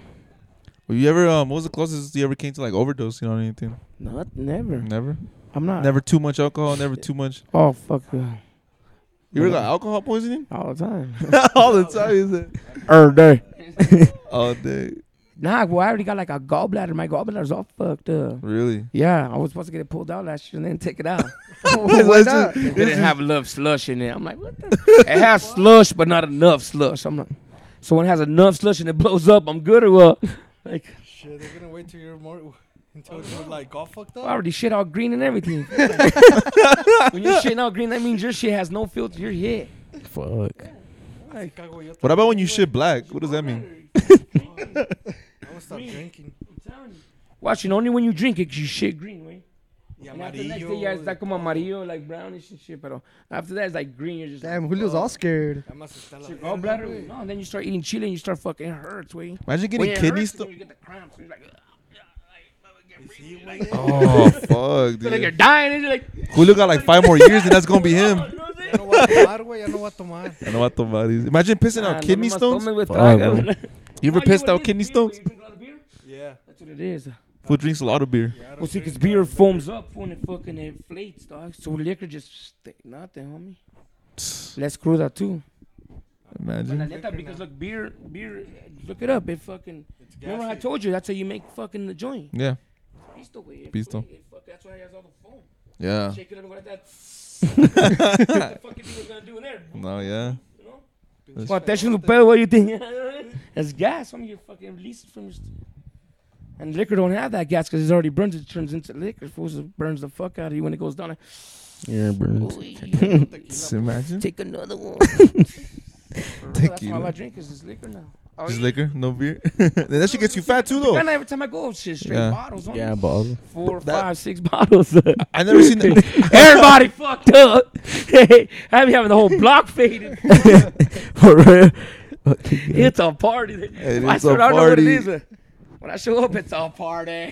Were you ever um? What was the closest you ever came to like overdosing on anything? Not, never. Never. I'm not. Never too much alcohol. Never too much. Oh, fuck. uh, You ever got alcohol poisoning? all the time. All the time. Is it? Every day. All day. Nah, well, I already got like a gallbladder. My gallbladder's all fucked up. Really? Yeah, I was supposed to get it pulled out last year and then take it out. Why not? It didn't have enough slush in it. I'm like, what the? it has slush, but not enough slush. I'm like, so when it has enough slush and it blows up, I'm good or what? Like, Shit, they're gonna wait till you're more until you're like all fucked I up. already shit out green and everything. when you're shitting out green, that means your shit has no filter. You're hit. Fuck. What about when you shit black? What does that mean? I'm gonna stop drinking. Watching only when you drink it, 'cause you shit green, right? Yeah, And after the next day, yeah, it's like como amarillo, like brownish and shit. But after that, it's like green. You're just Damn, Julio's all scared. like, your gallbladder. No, and then you start eating chili and you start fucking it hurts, way. Imagine When getting it kidney hurts, stuff. You get the cramps. You're like, ugh, yeah, like, get breathing, like, Oh fuck, Like you're dude. dying, and you're like, "Oh, Julio got like five more years, and that's gonna be him. Ya no voy a tomar, güey. Ya no voy a tomar. I know what the body is. Imagine pissing "Ah, out kidney no nomás stones. tomes, güey, Fuck, traga, bro. güey." You ever Well, know pissed what out it kidney is, beer, stones? when you drink a lot of beer? Yeah. That's what it is. Who drinks a lot of beer? I don't Well, see, drink. because beer foams up when it fucking inflates, dog. So liquor just st- nothing, homie. Let's screw that too. But la Imagine. neta, because look, beer, beer, uh, look it up. It fucking. It's Remember, I gassy. told you that's how you make fucking the joint. Yeah. Pisto, güey. It- Pisto. Ah. it- fuck, That's why it has all the foam. Yeah. Shake it up and go like that. what the fuck you think it's gonna do in there? No. Yeah. You know? That's- Well, that's your Lupel, what do you think? That's gas. Some of you fucking release it from your. St- and liquor don't have that gas because it's already burns. It turns into liquor. Fools, it burns the fuck out of you when it goes down. Like, Yeah, burns. "Ooh, Just imagine. take another one. That's Tequila. all I drink is this liquor now. Oh, Just yeah. liquor, no beer. Then that shit gets you fat too, though. And every time I go, shit, straight Oh. Yeah. bottles. On Yeah, yeah, bottle. four, That- five, six bottles. I never seen that. Everybody fucked up. I be having the whole block faded. For real. fucking good. It's a party. It When I is start, a I don't know what it party. is. When I show up, it's a party.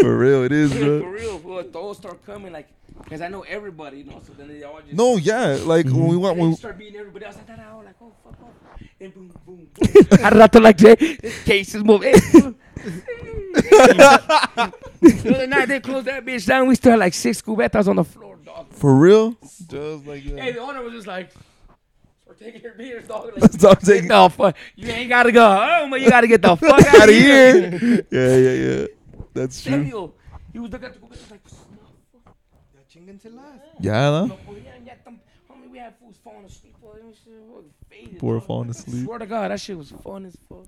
For real, it is, For bro. real, fool. Those start coming, like, because I know everybody, you know, so then they all just. No, yeah, like when we And then went, when you start beating everybody else. I thought, like, oh, fuck off. And boom, boom, boom. I rato like that. This case is moving. the other night, they closed that bitch down. We still had like six cubetas on the floor, dog. for real, just like Hey, that. the owner was just like, we're taking your beers, dog. Like, That's what I'm get saying. the fuck. You ain't got to go home, but you got to get the fuck Out of here. Yeah, yeah, yeah. That's true. Serio. He was looking at the cubetas like, "No, fuck, Yeah, no, we ain't got them." Homie, we had fools falling asleep. boy. That shit was faded, Poor dog. falling asleep. Swear to God, that shit was fun as fuck.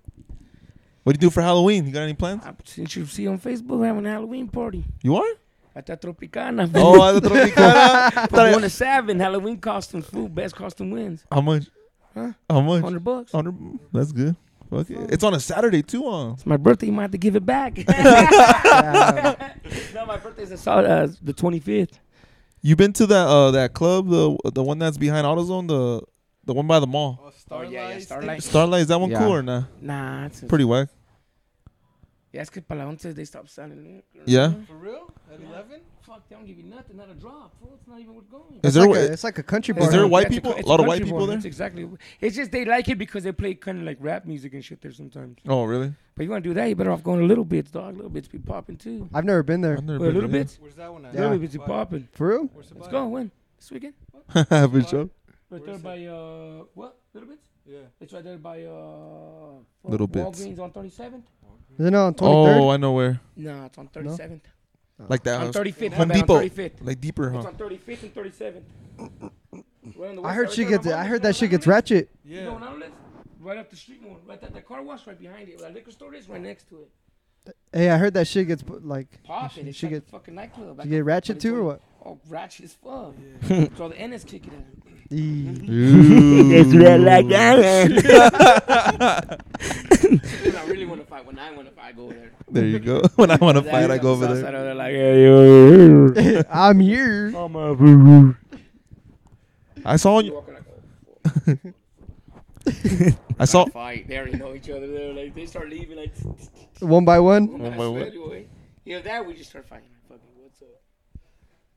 What do you do for Halloween? You got any plans? I, Ah, since you see on Facebook, we're having a Halloween party You are? at that Tropicana. Oh, I thought it'd be kinda- For one to seven, Halloween costume, food, best costume wins. How much? Huh? How much? 100 bucks. Hundred. That's good. Fuck it. It's on a Saturday too. Huh? It's my birthday, you might have to give it back. no, my birthday's the, sol- uh, the 25th. You been to that uh that club the the one that's behind AutoZone the the one by the mall? Starlight. Oh, Starlight. Starlight is that one Yeah. cool or nah? Nah, it's Pretty whack. Yeah, it's because Palantes, they stopped selling it. Mm-hmm. Yeah. For real? At 11? Fuck, they don't give you nothing, not a drop. Fool. It's not even worth going. Is It's there like a- a, it's like a country Is bar. there huh? white That's a people- cou- a it's lot of white country people bar. there? That's exactly. It's just they like it because they play kind of like rap music and shit there sometimes. Oh really? But you want to do that, you better off going to Little Bits, dog. Little Bits be popping too. I've never been there. I've never Well, been Little there. Bits? Where's that one at? Yeah. Little Bits is popping. For real? Where's the Let's bike? go. When? This weekend? For sure. Right Where there is by, uh, what? Little Bits? Yeah. It's right there by, uh, fuck, Little Bits. Walgreens on 37th? Is it not on twenty third? Oh, I know where. No, it's on 37th. Oh. Like that. On house. 35th. Home my bad, Depot. On 35th. Like deeper, It's huh? on 35th and 37th. Right on the I west heard side, she right there gets. on I heard Outlet, that shit gets right on ratchet. Outlet. You know Yeah. on Outlet? Right up the street one. Right at the car wash right behind it. That liquor store is right next to it. Hey, I heard that shit gets put, like. Pop it. It's She like get a fucking nightclub. you get ratchet too or what? Oh, ratchet as fuck. so the NS kick it out. Eee. It's red like that. When I really want to fight, when I want to fight, I go there. There you go. when I want to fight, I go over Outside there. of Like, hey, yo, yo. I'm here. I saw. You On, walk in, I go, I saw. fight. They already know each other. They're like, they start leaving. Like, One by one. One by one. You know that we just start fighting. Fucking what's up?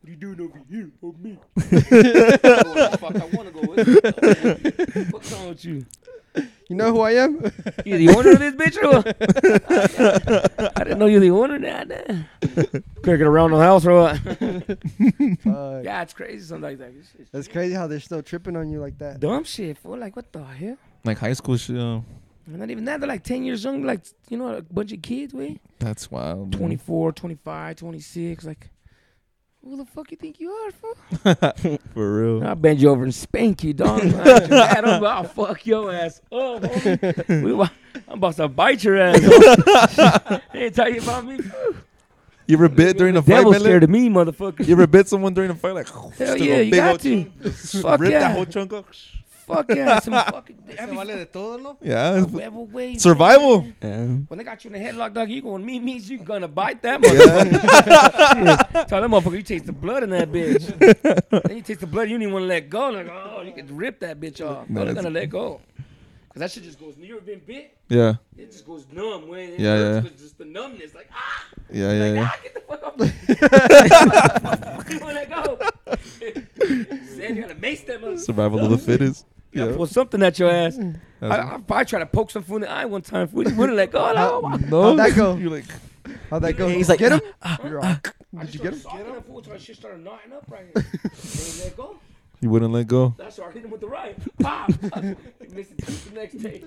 What are you doing over here, over me? Oh, fuck, I wanna go with you. What's wrong with you? You know who I am? You the owner of this bitch or what? I didn't know you the owner now. Nah. Cricket around the house or what? Fuck. yeah, it's crazy. Something like that. It's, it's That's crazy how they're still tripping on you like that. dumb shit. Fool. Like what the hell? Like high school shit. um, Not even that. They're like ten years young. Like you know, a bunch of kids. Wait, that's wild. Mm-hmm. man. 24, 25, 26. Like. Who the fuck you think you are, fool? For real. I'll bend you over and spank you, dog. Adam, I'll fuck your ass up, homie. We, wa- I'm about to bite your ass. homie. they ain't talking about me. You ever bit during a fight? Devil man? scared of me, motherfucker. You ever bit someone during a fight? Like Hell just a yeah, you big got old to. chunk, Fuck rip that yeah. whole chunk up. Fuck yeah. Some fucking Se vale de todo, ¿no? Yeah. devil way. Survival. When they got you in the headlock, dog, you gonna meet me. You gonna bite that motherfucker. Shit. Tell that motherfucker you taste the blood in that bitch. then you taste the blood, you don't even wanna let go. Like, oh, you can rip that bitch off. No, No, they're that's- gonna let go. Cause that shit just goes. You ever been bit? Yeah. It just goes numb when it Yeah, hurts, yeah. 'cause just the numbness, like ah, Yeah. Yeah. Yeah. ah get the fuck off me. You wanna go? Then you gotta mace that motherfucker. Survival of the fittest. I Yeah. pull something at your ass. I, That's- I, I tried to poke some fool in the eye one time. Fool, you wouldn't let go. oh No, I, How'd that go? You're like, How'd that go? He's like, get him. I Did just you started get him? socking that fool until I shit started knotting up right here. Wouldn't let go. you wouldn't let go. That's why I hit him with the right. Pop. He missed the teeth the next day.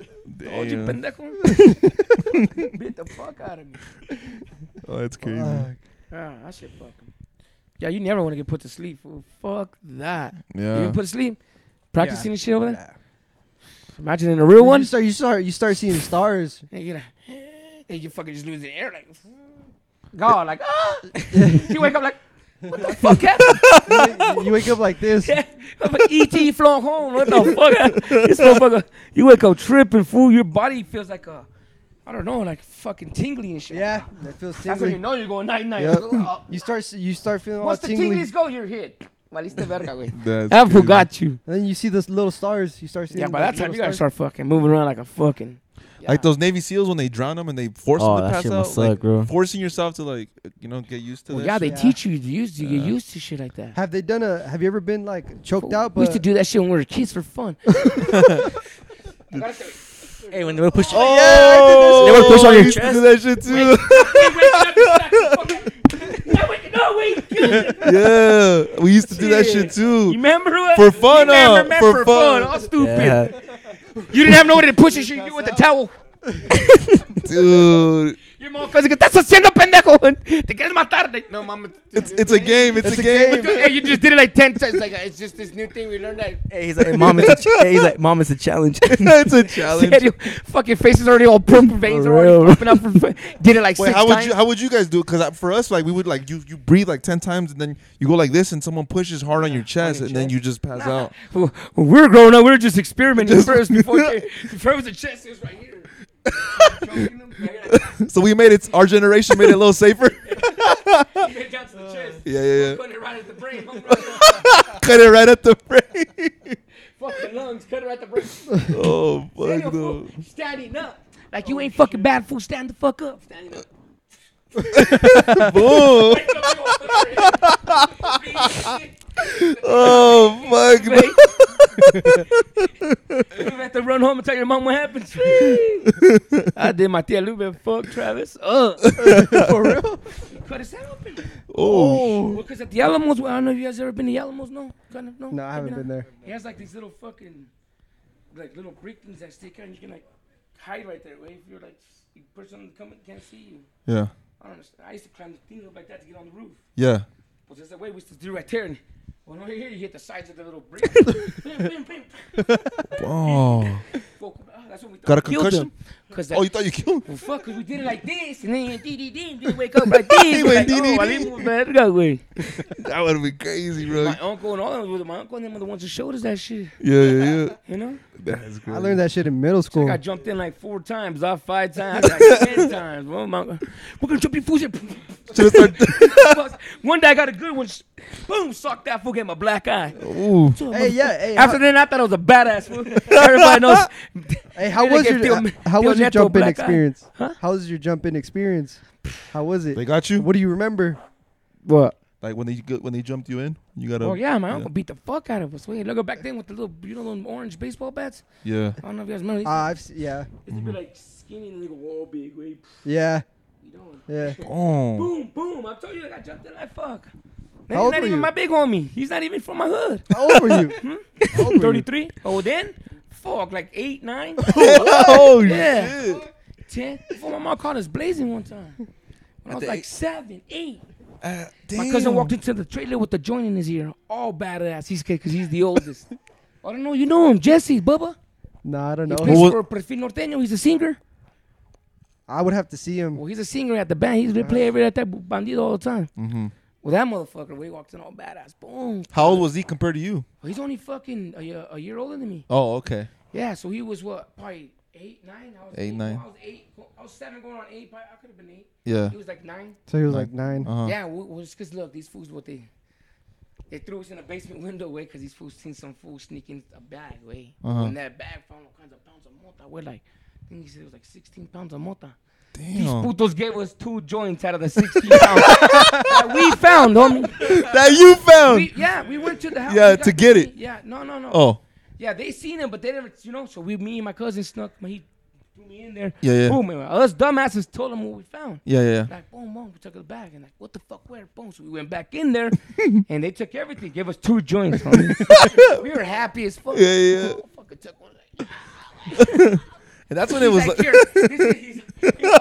Oh, you Damn. pendejo. Bit the fuck out of me. Oh, that's crazy. Fuck. Ah, that shit fucking. Yeah, you never want to get put to sleep. Fool. Fuck that. You Uh-huh. yeah. been put to sleep? Practicing and shit over there? Yeah. Imagine in a real One one. star, you start, you start seeing stars. And you, like, and you fucking just lose the air. Like, God, like, ah! you wake up like, what the fuck happened? you wake up like this. I'm like, E.T. flown home. What the fuck? happened? This motherfucker, you wake up tripping, fool. Your body feels like a, I don't know, like fucking tingly and shit. Yeah, that feels That's when you tingly. know you're going night night. Yep. You start, you start feeling all Once the tingly. tinglies go, you're hit. Valiste verga, güey. That's I crazy. forgot you. And then you see those little stars. You start seeing. Yeah, by those that time little you gotta stars. start fucking moving around like a fucking. Like those Navy SEAls when they drown them and they force Oh, them that to pass shit out. must like, suck, bro. Forcing yourself to like, you know, get used to Well, that. yeah, they shit. teach you to use you get Yeah. used to shit like that. Have they done a? Have you ever been like choked out? But we used to do that shit when we were kids for fun. Hey, when they would push you, Oh, They would push on I your used to chest. do that shit too. yeah, we used to do that shit too. remember what? For fun, You uh, remember for fun. All stupid. Yeah. You didn't have nobody to push and shit. You with the towel. dude. Your mom cousin, ¿qué estás haciendo, pendejo? Te quieres matar. Like, No, mama. It's it's a game. It's, a, game. Hey, you just did it like 10 times. Like, it's just this new thing we learned that. Hey, he's like, hey, mom, it's a ch- hey, he's like, mom, it's a challenge. it's a challenge. Your fucking face is already all purple, veins are real. already popping up. From, did it like Wait, six how would times. you how would you guys do it? Because for us, like we would like you you breathe like ten times and then you go like this and someone pushes hard on your chest and then you just pass out. When we were growing up, we were just experimenting first before, it- before it was a chest. It was right here. Choking them, right So we made it. Our generation made it a little safer. here. You made it down to the chest. Yeah, yeah, yeah. Cut it right at the brain. Cut it right at the brain. fucking lungs. Cut it right at the brain. Oh Stand fuck up, no. fool. Standing up. Like you ain't fucking bad fool. Stand the fuck up. Standing up. Boom. Oh fuck no. you have to run home and tell your mom what happened. I did my tia Lube fuck Travis. Uh, for real? Cut his head open. Oh. Well, cause at the Alamos, well, I don't know if you guys ever been to the Alamos. No, kind of, no. No, I haven't Maybe been not. there. He has like these little fucking, like little brick things that stick out, and you can like hide right there. Right? If you're like the person coming can't see you. Yeah. I don't understand. I used to climb the thing up like that to get on the roof. Yeah. But there's that way we used to do right there. And when we're here, you hit the sides of the little brick. bam, bam, bam. Oh. Fuck, ah, that's what we thought. Got we a killed concussion? him. Cause Oh, like, you thought you killed him? well, fuck, 'cause we did it like this, and then dee dee dee, did wake up like this. He We're went like, oh, dee, Uh, dee, valimos verga, güey. That would have been crazy, bro. My uncle and all of them, my uncle and them are the ones who showed us that shit. Yeah, yeah, yeah. You know, That's crazy. I learned that shit in middle school. I jumped in like four times, off five times, like ten times. Well, my, we're gonna jump you fools. Should've started- one day I got a good one. sh- Boom, socked that fool, gave him a black eye. Ooh. hey, yeah. Hey, After how, then, I thought I was a badass. fool. Everybody knows. hey, how they was gave your Tio- how- how Tio was your Neto jump in black eye. experience? Huh? How was your jump in experience? How was They it? got you. What do you remember? What? Like when they go- when they jumped you in, you gotta. Oh yeah, my uncle beat the fuck out of us. Wait, look back then with the little, you know, those orange baseball bats. Yeah. I don't know if you guys remember. These Uh, I've s- yeah, It's be like skinny and they go all big. Wait, yeah, you know. yeah. Oh. Boom, boom. I told you, like, I jumped in like fuck. Man, Mm. How he's old not were even you? my big homie. He's not even from my hood. How old were you? How old were you? 33. Oh, then? Fuck, like 8, 9, oh Yeah. shit. 10. Before my mom called us blazing one time. When I was the like eight- 7, 8. Uh, My cousin walked into the trailer with the joint in his ear. All badass. He's because he's the oldest. I don't know. You know him, Jesse, Bubba. Nah, I don't He know. plays was- for Perfil Norteño. He's a singer. I would have to see him. Well, he's a singer at the band. He's been playing every at that bandido all the time. Mm-hmm. Well, that motherfucker, we walked in all badass. Boom. Oh, How old was he compared to you? He's only fucking a year, a year older than me. Oh, okay. Yeah, so he was what, probably eight, nine? I was Eight, nine. I was eight. I was seven going on eight. Probably, I could have been eight. Yeah. He was like nine. So he was like nine. Uh-huh. Yeah, we, we was because look, these fools, what they. They threw us in a basement window, way, because these fools seen some fool sneaking a bag, way. Uh-huh. And that bag found all kinds of pounds of mota. We're like, I think he said it was like 16 pounds of mota. These Damn. putos gave us two joints out of the 16 pounds that we found, homie. that you found. We, yeah, we went to the house. Yeah, we got to get it. Yeah, no, no, no. oh. Yeah, they seen him, but they never, you know. So we, me and my cousin snuck. man, He threw me in there. Yeah, yeah. Boom, man. Us dumbasses told him what we found. Yeah, yeah. Like, boom, boom. We took it back and like, what the fuck, where? Boom. So we went back in there, and they took everything. Gave us two joints. homie. we were happy as fuck. Yeah, yeah. Oh, fucking took one. Like, And that's when it was. like, Like, here, this is, he's, he goes,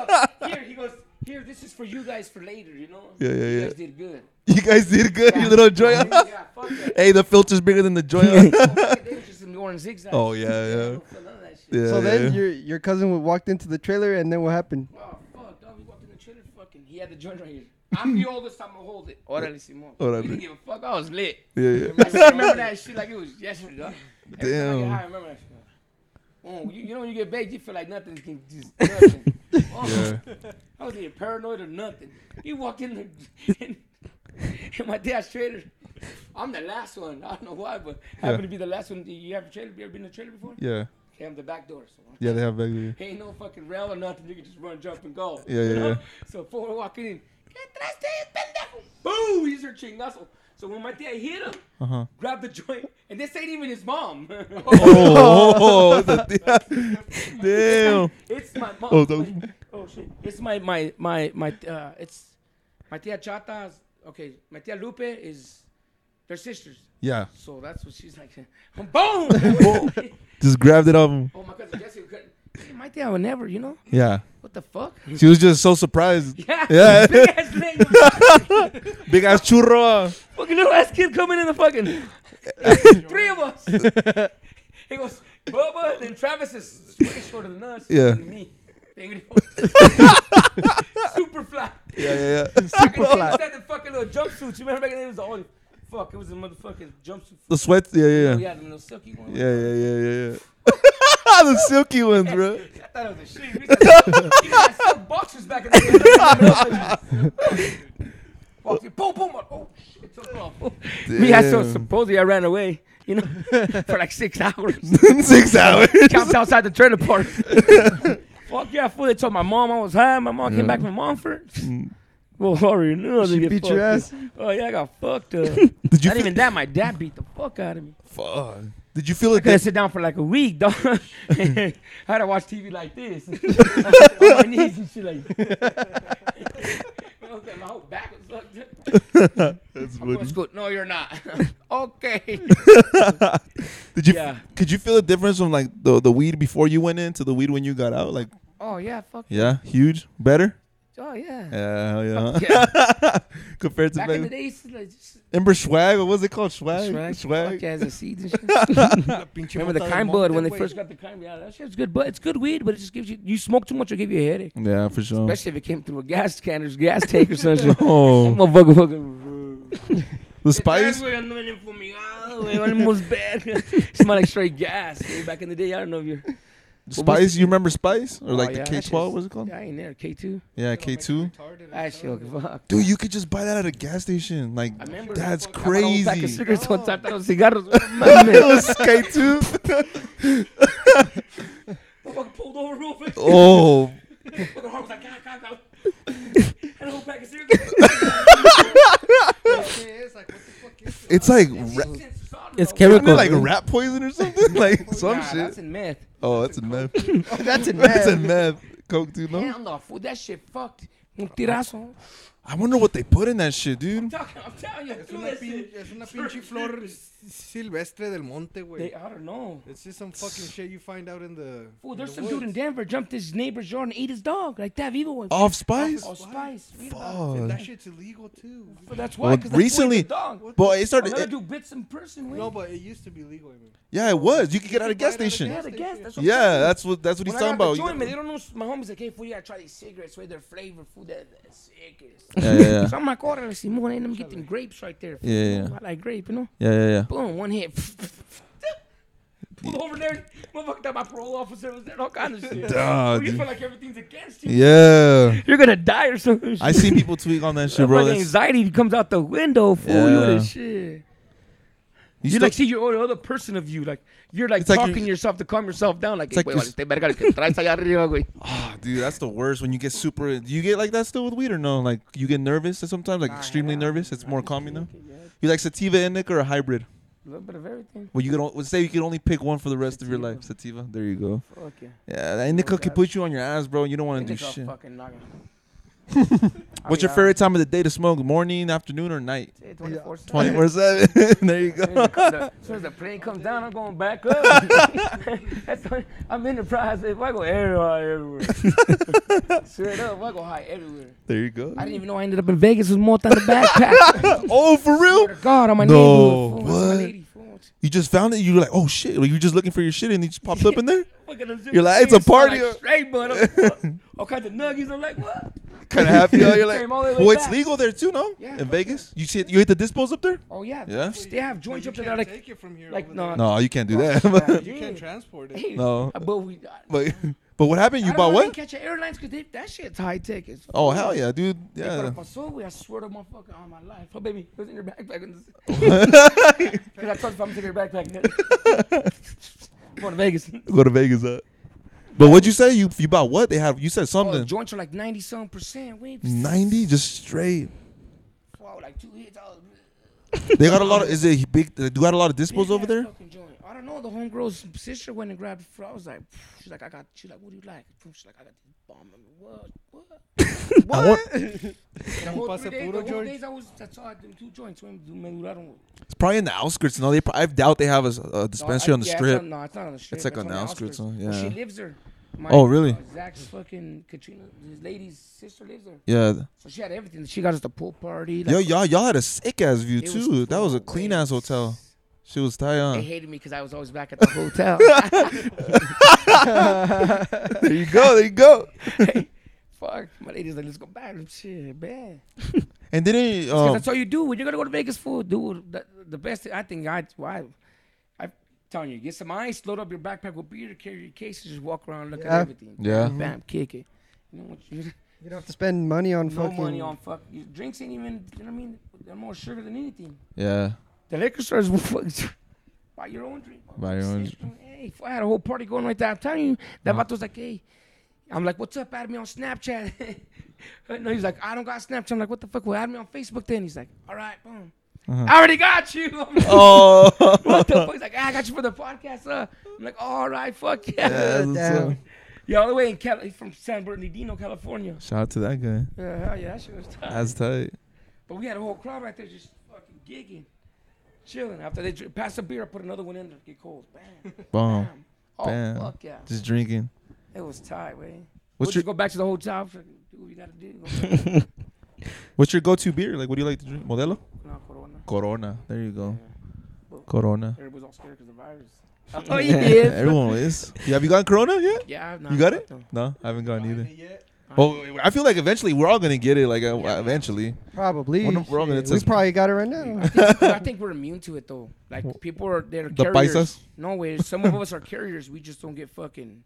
here, he goes, here, this is for you guys for later, you know? Yeah, yeah, you yeah. guys did good. you guys did good, you little joy. yeah, fuck that. hey, the filter's bigger than the joy. They were just in orange zigzags. oh yeah, yeah. I love that shit. yeah So yeah. then your your cousin would walked into the trailer, and then what happened? Oh, fuck, dog. We walked in the trailer, fucking. He had the joint right here. I'm the oldest, I'm gonna hold it. Orale, Simon. Órale. We didn't give a fuck. I was lit. yeah, yeah. I still remember that shit like it was yesterday, dog. Every time I, Damn. get high, I remember that shit. Oh, you, you know when you get baked, you feel like nothing can just nothing. Oh, Yeah. I was either paranoid or nothing. He walked in, the, in, in my dad's trailer. I'm the last one. I don't know why, but I happen to be the last one. You have a trailer? You ever been in a trailer before? Yeah. Okay, I'm the back door. So Yeah, they have back there. ain't no fucking rail or nothing. You can just run, jump, and go. Yeah, yeah, yeah. So four walking in. "Que tres tienes, pendejo?" Boom! He's her chingazo. So when my dad hit him, Uh huh. grabbed the joint, and this ain't even his mom. Oh, damn. It's my mom. Oh, that was- Oh, shit. It's my my my my. Uh, it's my tia Chata's. Okay, my tia Lupe is. They're sisters. Yeah. So that's what she's like. Boom! Just grabbed it off. him. oh my cousin Jesse couldn't. "Hey, My tia would never. You know Yeah. what the fuck? She was just so surprised. Yeah. Yeah. Big ass leg. Fucking Big ass churro. little ass kid coming in the fucking. Three of us. He goes, Bubba, then Travis is way shorter than us. Yeah. And me. Super flat. Yeah, yeah, yeah. Super flat. That the fucking little jumpsuits. You remember back then it was the only. Fuck, it was a motherfucking jumpsuit. The sweat. Yeah, Oh, yeah, yeah. yeah, the little silky one. Yeah, yeah, yeah, yeah, yeah. the silky ones, bro. I thought it was a shit. We used to- we used to sell boxers back in the day. Boxer, boom, boom. Oh, shit, took off. We had so Damn. supposedly I ran away, you know, for like six hours. Six hours. Camped outside the trailer park. Fuck yeah, fool. They told my mom I was high. My mom came back from Montfort. Well, I already knew I was She gonna get beat your fucked ass. up. Oh yeah, I got fucked up. Did you Not fe- even that. My dad beat the fuck out of me. Fuck. Did you feel it? Couldn't That, sit down for like a week, dog. I had to watch TV like this, on my knees and shit like. This. okay, my whole back was fucked up. that's I'm going to funny. school. No, you're not. okay. Did you? Yeah. Could you feel the difference from like the the weed before you went in to the weed when you got out? Like, Oh yeah, fuck. yeah, huge, better. Oh yeah. Yeah, hell yeah. Yeah. Compared to Back back in the day, it's like just Ember Swag, or what's it called? Swag, swag, swag. fuck yeah, as a seed and shit. Remember the kind bud when they first got the kind? Yeah, that shit's good, but it's good weed, but it just gives you. You smoke too much, it'll give you a headache. Yeah, for sure. Especially if it came through a gas can or gas tank or something. Oh, Motherfucker, fucking. the spice. Güey, ando bien fumigado, güey, valimos verga. Smell like straight gas. güey. Back in the day, I don't know if you're. Spice, you remember Spice or Oh, like yeah, the that K shit's- twelve? What's it called? Yeah, Oh, I ain't there. K2. Yeah, K two. That shit, look, fuck. Dude, you could just buy that at a gas station. Like, I remember. that's I bought a whole Pack of crazy. cigarettes one time. That was cigarros. Man, K two. fuck, pulled over real quick. Oh, Fucking heart was like, God, God, God. Had a whole pack of cigarettes. it's like ra- It's isn't it chemical. like rat poison or something? Like some Oh, Nah, shit. That's in meth. Oh, that's a meth. That's a that's a man. meth. Coke too, no? Hell no, fool. That shit fucked. Un tirazo. I wonder what they put in that shit, dude. Talking, I'm telling you, I Es threw una, that E pin- shit. es una pinche flor silvestre del monte, güey. They, I don't know. It's just some fucking shit you find out in the. Fool, in there's the some dude in woods. Denver jumped his neighbor's yard and ate his dog. Like that evil one. Off Spice? Oh, Spice. Read about it. And Fuck. that shit's illegal too. But that's Well, why. 'cause that's recently- the dog. Boy, it started. Another it- dude bit some person. With. No, but it used to be legal. I mean. yeah, it was. You could get out of gas Right out of station. yeah, the gas. That's what Yeah, that's what that's what he's When I talking got about. the joint, man, they don't know. My homie's like, hey, fool, you gotta try these cigarettes. Wait, they're flavored. Fool, that, that's cigarettes. Yeah, yeah, yeah. So I'm like, order, see, more than them getting grapes right there. fool. Yeah, yeah, yeah. I like grape, you know? Yeah, yeah, yeah. Boom, one hit. Pulled over there. Motherfucker, that my parole officer was there. All kinds of shit. Duh, Fool, you dude. feel like everything's against you. Yeah. You're gonna die or something. I seen people tweak on that shit, bro. Fucking That's, anxiety comes out the window, fool. You Yeah. the shit. you You still, like see your other person of you, like you're like It's like talking you're- yourself to calm yourself down. Like, It's like "Güey, you're- valiste verga el que traes allá arriba, güey." Ah, dude, that's the worst when you get super. Do you get like that still with weed or no? Like you get nervous sometimes, like extremely nervous. It's more calming now. You like sativa indica or a hybrid? A little bit of everything. Well, you could o- say you could only pick one for the rest of your life. Sativa. There you go. Okay. Yeah, that indica could put you on your ass, bro. and You don't want to do shit. Fucking knocking. What's your favorite time of the day to smoke? Morning, afternoon, or night? Twenty-four. Twenty four seven. There you go. As soon as the plane comes down, I'm going back up. That's what, I'm enterprise. If I go everywhere, everywhere. Straight up, I go high everywhere. There you go. I didn't even know I ended up in Vegas with more than a backpack. Oh, for real? God, on my No, neighborhood. fool. what? My lady, fool. You just found it. You were like, oh shit! Like, you were just looking for your shit, and it just popped up in there. Fucking a zip You're like, it's a fence, I'm party. Like, straight, but I'm- all kinds of nuggies. I'm like, what? kind of happy. How you're like, Came all the way well, it's back. legal there too, no? Yeah, In fuck Vegas, you see, you hit the dispos up there? Oh yeah. Yeah? They have joints up you there. that are can't Like, take it from here. like, over no. there. No, you can't do that. You can't transport it. Hey, No. But we. but but what happened? You bought what? Catch airlines because that shit's high tech. It's Oh hell yeah, dude. Hey, pero Yeah. pasó, güey. I swear to motherfucker on my life. Oh, baby, it was in your backpack. Because I told you if I'm taking your backpack. I'm going to Vegas. Go to Vegas. Uh. But what'd you say? You you bought what? They have you said Oh, the something. joints are like 90 some percent. We Ninety, just straight. Wow, like two hits. I was- They got a lot of. Is it big? They do got a lot of dispos Big over ass there. fucking joint. I don't know. The homegirl's sister went and grabbed it. for- I was like, she's like, I got, she's like, what do you like? She's like, I got this bomb. I'm like, what? What? I want, The whole pasa three days, puro, the whole George? days I was, that's all I did, two joints. Me duraron, güey. it's probably in the outskirts. No, they. pro- I doubt they have a, a No, dispensary I- on the yeah, it's strip. on- no, it's not on the strip. It's like on on the outskirts, huh? Well, Yeah. she lives there. My, Oh, really? uh, Zach's fucking Katrina, his lady's sister lives there. Yeah. So she had everything. She got us the pool party. Like, Yo, y'all, y'all had a sick ass view It was too. that was a cool, clean wait. ass hotel. She was tight They on. hated me because I was always back at the hotel. there you go. There you go. Fuck. My lady's like, let's go back. Shit, man. And didn't Because um, that's all you do when you're gonna go to Vegas, food, dude. The, the best thing I think I, why, I, am telling you, get some ice, load up your backpack with beer, carry your cases, just walk around, look Yeah. at everything. Yeah. Bam, kick it. You know what? You, You don't have to spend money on no fucking. money on fuck. Your drinks ain't even. You know what I mean? They're more sugar than anything. yeah. The liquor stores will fuck. Buy your own drink. Buy your own Hey, if I had a whole party going right there. I'm telling you, that vato's like, hey. I'm like, what's up? Add me on Snapchat. no, he's like, I don't got Snapchat. I'm like, what the fuck? Well, add me on Facebook then. He's like, all right, boom. I already got you. I'm like, Uh-huh. Oh. what the fuck? He's like, ah, I got you for the podcast. Uh. I'm like, all right, fuck yeah. Yeah, that's Damn. what's up. Yo, all the way in Cal- he's from San Bernardino, California. Shout out to that guy. Yeah, hell yeah, that shit was tough. That's tight. But we had a whole crowd right there just fucking gigging, chilling. After they dr- pass the beer, I put another one in to get cold. Bam, Boom. bam. Oh, Bam. fuck yeah. Just drinking. It was tight, man. What's What's your go back to the hotel, fucking do what you gotta do. Go back. What's your go-to beer? Like, what do you like to drink? Modelo. no, Corona. Corona. There you go. Yeah. Corona. Everybody's all scared because of the virus. Oh, yeah. Everyone is. Yeah, have you gotten Corona yet? yeah, no, You got fuck it? them. No, I haven't gotten either. Yet. Oh, I feel like eventually we're all gonna get it. Like uh, eventually. Probably. Wonder if we're all gonna Shit, we test- probably got it right now. I think, I think we're immune to it though. Like people are they're The carriers. paisas? No way. Some of us are carriers. We just don't get fucking.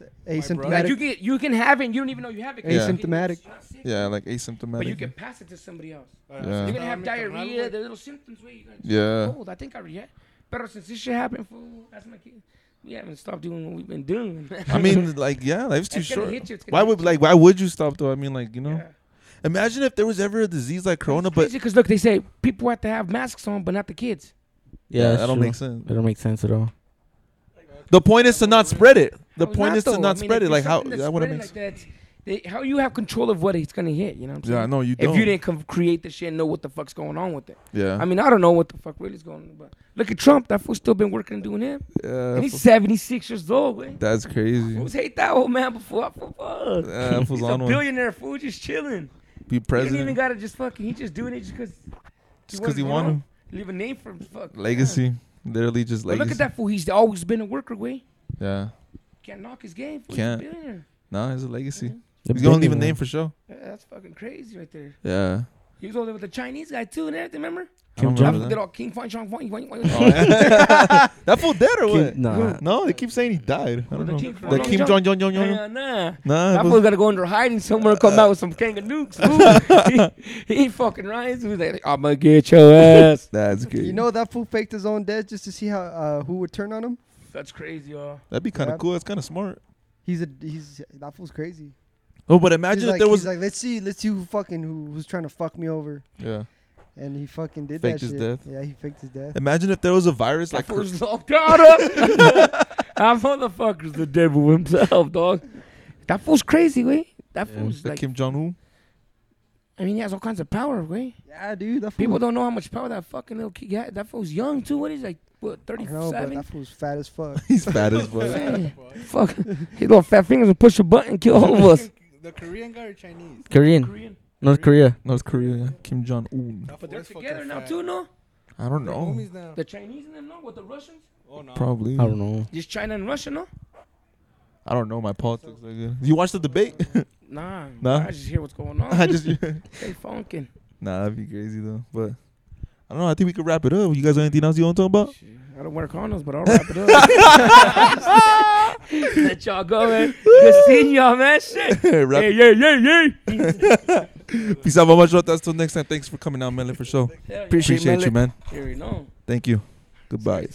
Like you Asymptomatic. get you can have it. and You don't even know you have it. 'cause Yeah. you're getting it, Asymptomatic. you're not sick, Yeah, like asymptomatic. But you can pass it to somebody else. Yeah. You're gonna have Economic diarrhea, outlook. the little symptoms where you're gonna Yeah. cold. I think I react. But since this shit happened, fool, that's my kid. We haven't stopped doing what we've been doing. I mean, like, yeah, life's too It's gonna short. hit you, it's gonna Why hit would you. like why would you stop though? I mean, like you know, Yeah. imagine if there was ever a disease like Corona, but because look, they say people have to have masks on, but not the kids. Yeah, Yeah, that's that don't true. make sense. That don't make sense at all. the point is to not spread it. The How point is to though? not Oh, I mean, spread if it. Like it's how something that's that wouldn't make spreading like sense. that, they, how you have control of what it's gonna hit? You know what I'm saying? Yeah, no, you If you don't. didn't come create the shit and know what the fuck's going on with it, Yeah, I mean, I don't know what the fuck really is going on. But look at Trump. That fool still been working and doing him. yeah, And he's 76 years old. Way. that's crazy. Fools hate that old man before. I fuck. Yeah, that fool's he's a on one. billionaire fool, just chilling. He don't Be even president gotta just fucking. He just doing it just because. just because he won him. Leave a name for him. Fuck. Legacy, literally just But legacy. look at that fool. He's always been a worker. Way Yeah, can't knock his game. Fool. Can't. He's a billionaire. no, it's a legacy. The He's gonna leave a billionaire. name for sure. Yeah, That's fucking crazy right there. Yeah. He was over there with the Chinese guy too and everything. Remember? I don't Kim remember Jong- Did all King Fong Chong Fong. Fong, Fong. Oh, yeah. that fool dead or what? Kim- nah. No, they keep saying he died. I don't The know. Kim- The Kim Jong Jong Jong Jong. Yeah, nah. Nah, That but- fool's gotta go under hiding somewhere and come Uh. out with some gang of nukes. fool. he, he fucking rides. He's like, I'm gonna get your ass. That's good. You know that fool faked his own death just to see how uh, who would turn on him. That's crazy, y'all. that'd be kind of Yeah. cool. That's kind of smart. He's a he's that fool's crazy. Oh, but He's imagine if like, there he's was. like let's see let's see who fucking who, who's trying to fuck me over, yeah. and he fucking did Faked his that shit. death. Yeah, he faked his death. Imagine if there was a virus That like. fool's locked out. That motherfucker's the devil himself, dog. That fool's crazy, way. That Cor- fool's the like, Kim Jong Un. I mean, he has all kinds of power, way. Yeah, dude, that fool. People don't know how much power that fucking little kid had. That fool's young too. What is he, like, what, I know, but 37? that fool's fat as fuck. He's fat as fuck. Man, Fuck. He little fat fingers and push a button, kill all of us. The Korean guy or Chinese? Korean. Korean. North Korea. North Korea, yeah. Kim Jong Un. That fool But they're is fucking together now fat. too, no? I don't They're know. homies now. The Chinese and them, no? With the Russians? Oh no. Probably. I don't know. Just China and Russia, no? I don't know my politics. like that. You watch the debate? Nah, Nah? I just hear what's going on. I just They funkin'. nah, that'd be crazy though. But I don't know. I think we could wrap it up. You guys have anything else you want to talk about? Shit, I don't wear condoms, but I'll wrap it up. Let y'all go, man. Good seeing y'all, man. Shit. Wrap Hey, yeah, yeah, yeah. it. Peace out, my much. Till next time. Thanks for coming out, Melon, for sure. Hell yeah. Appreciate you, Melon. man. You already know. Thank you. Goodbye.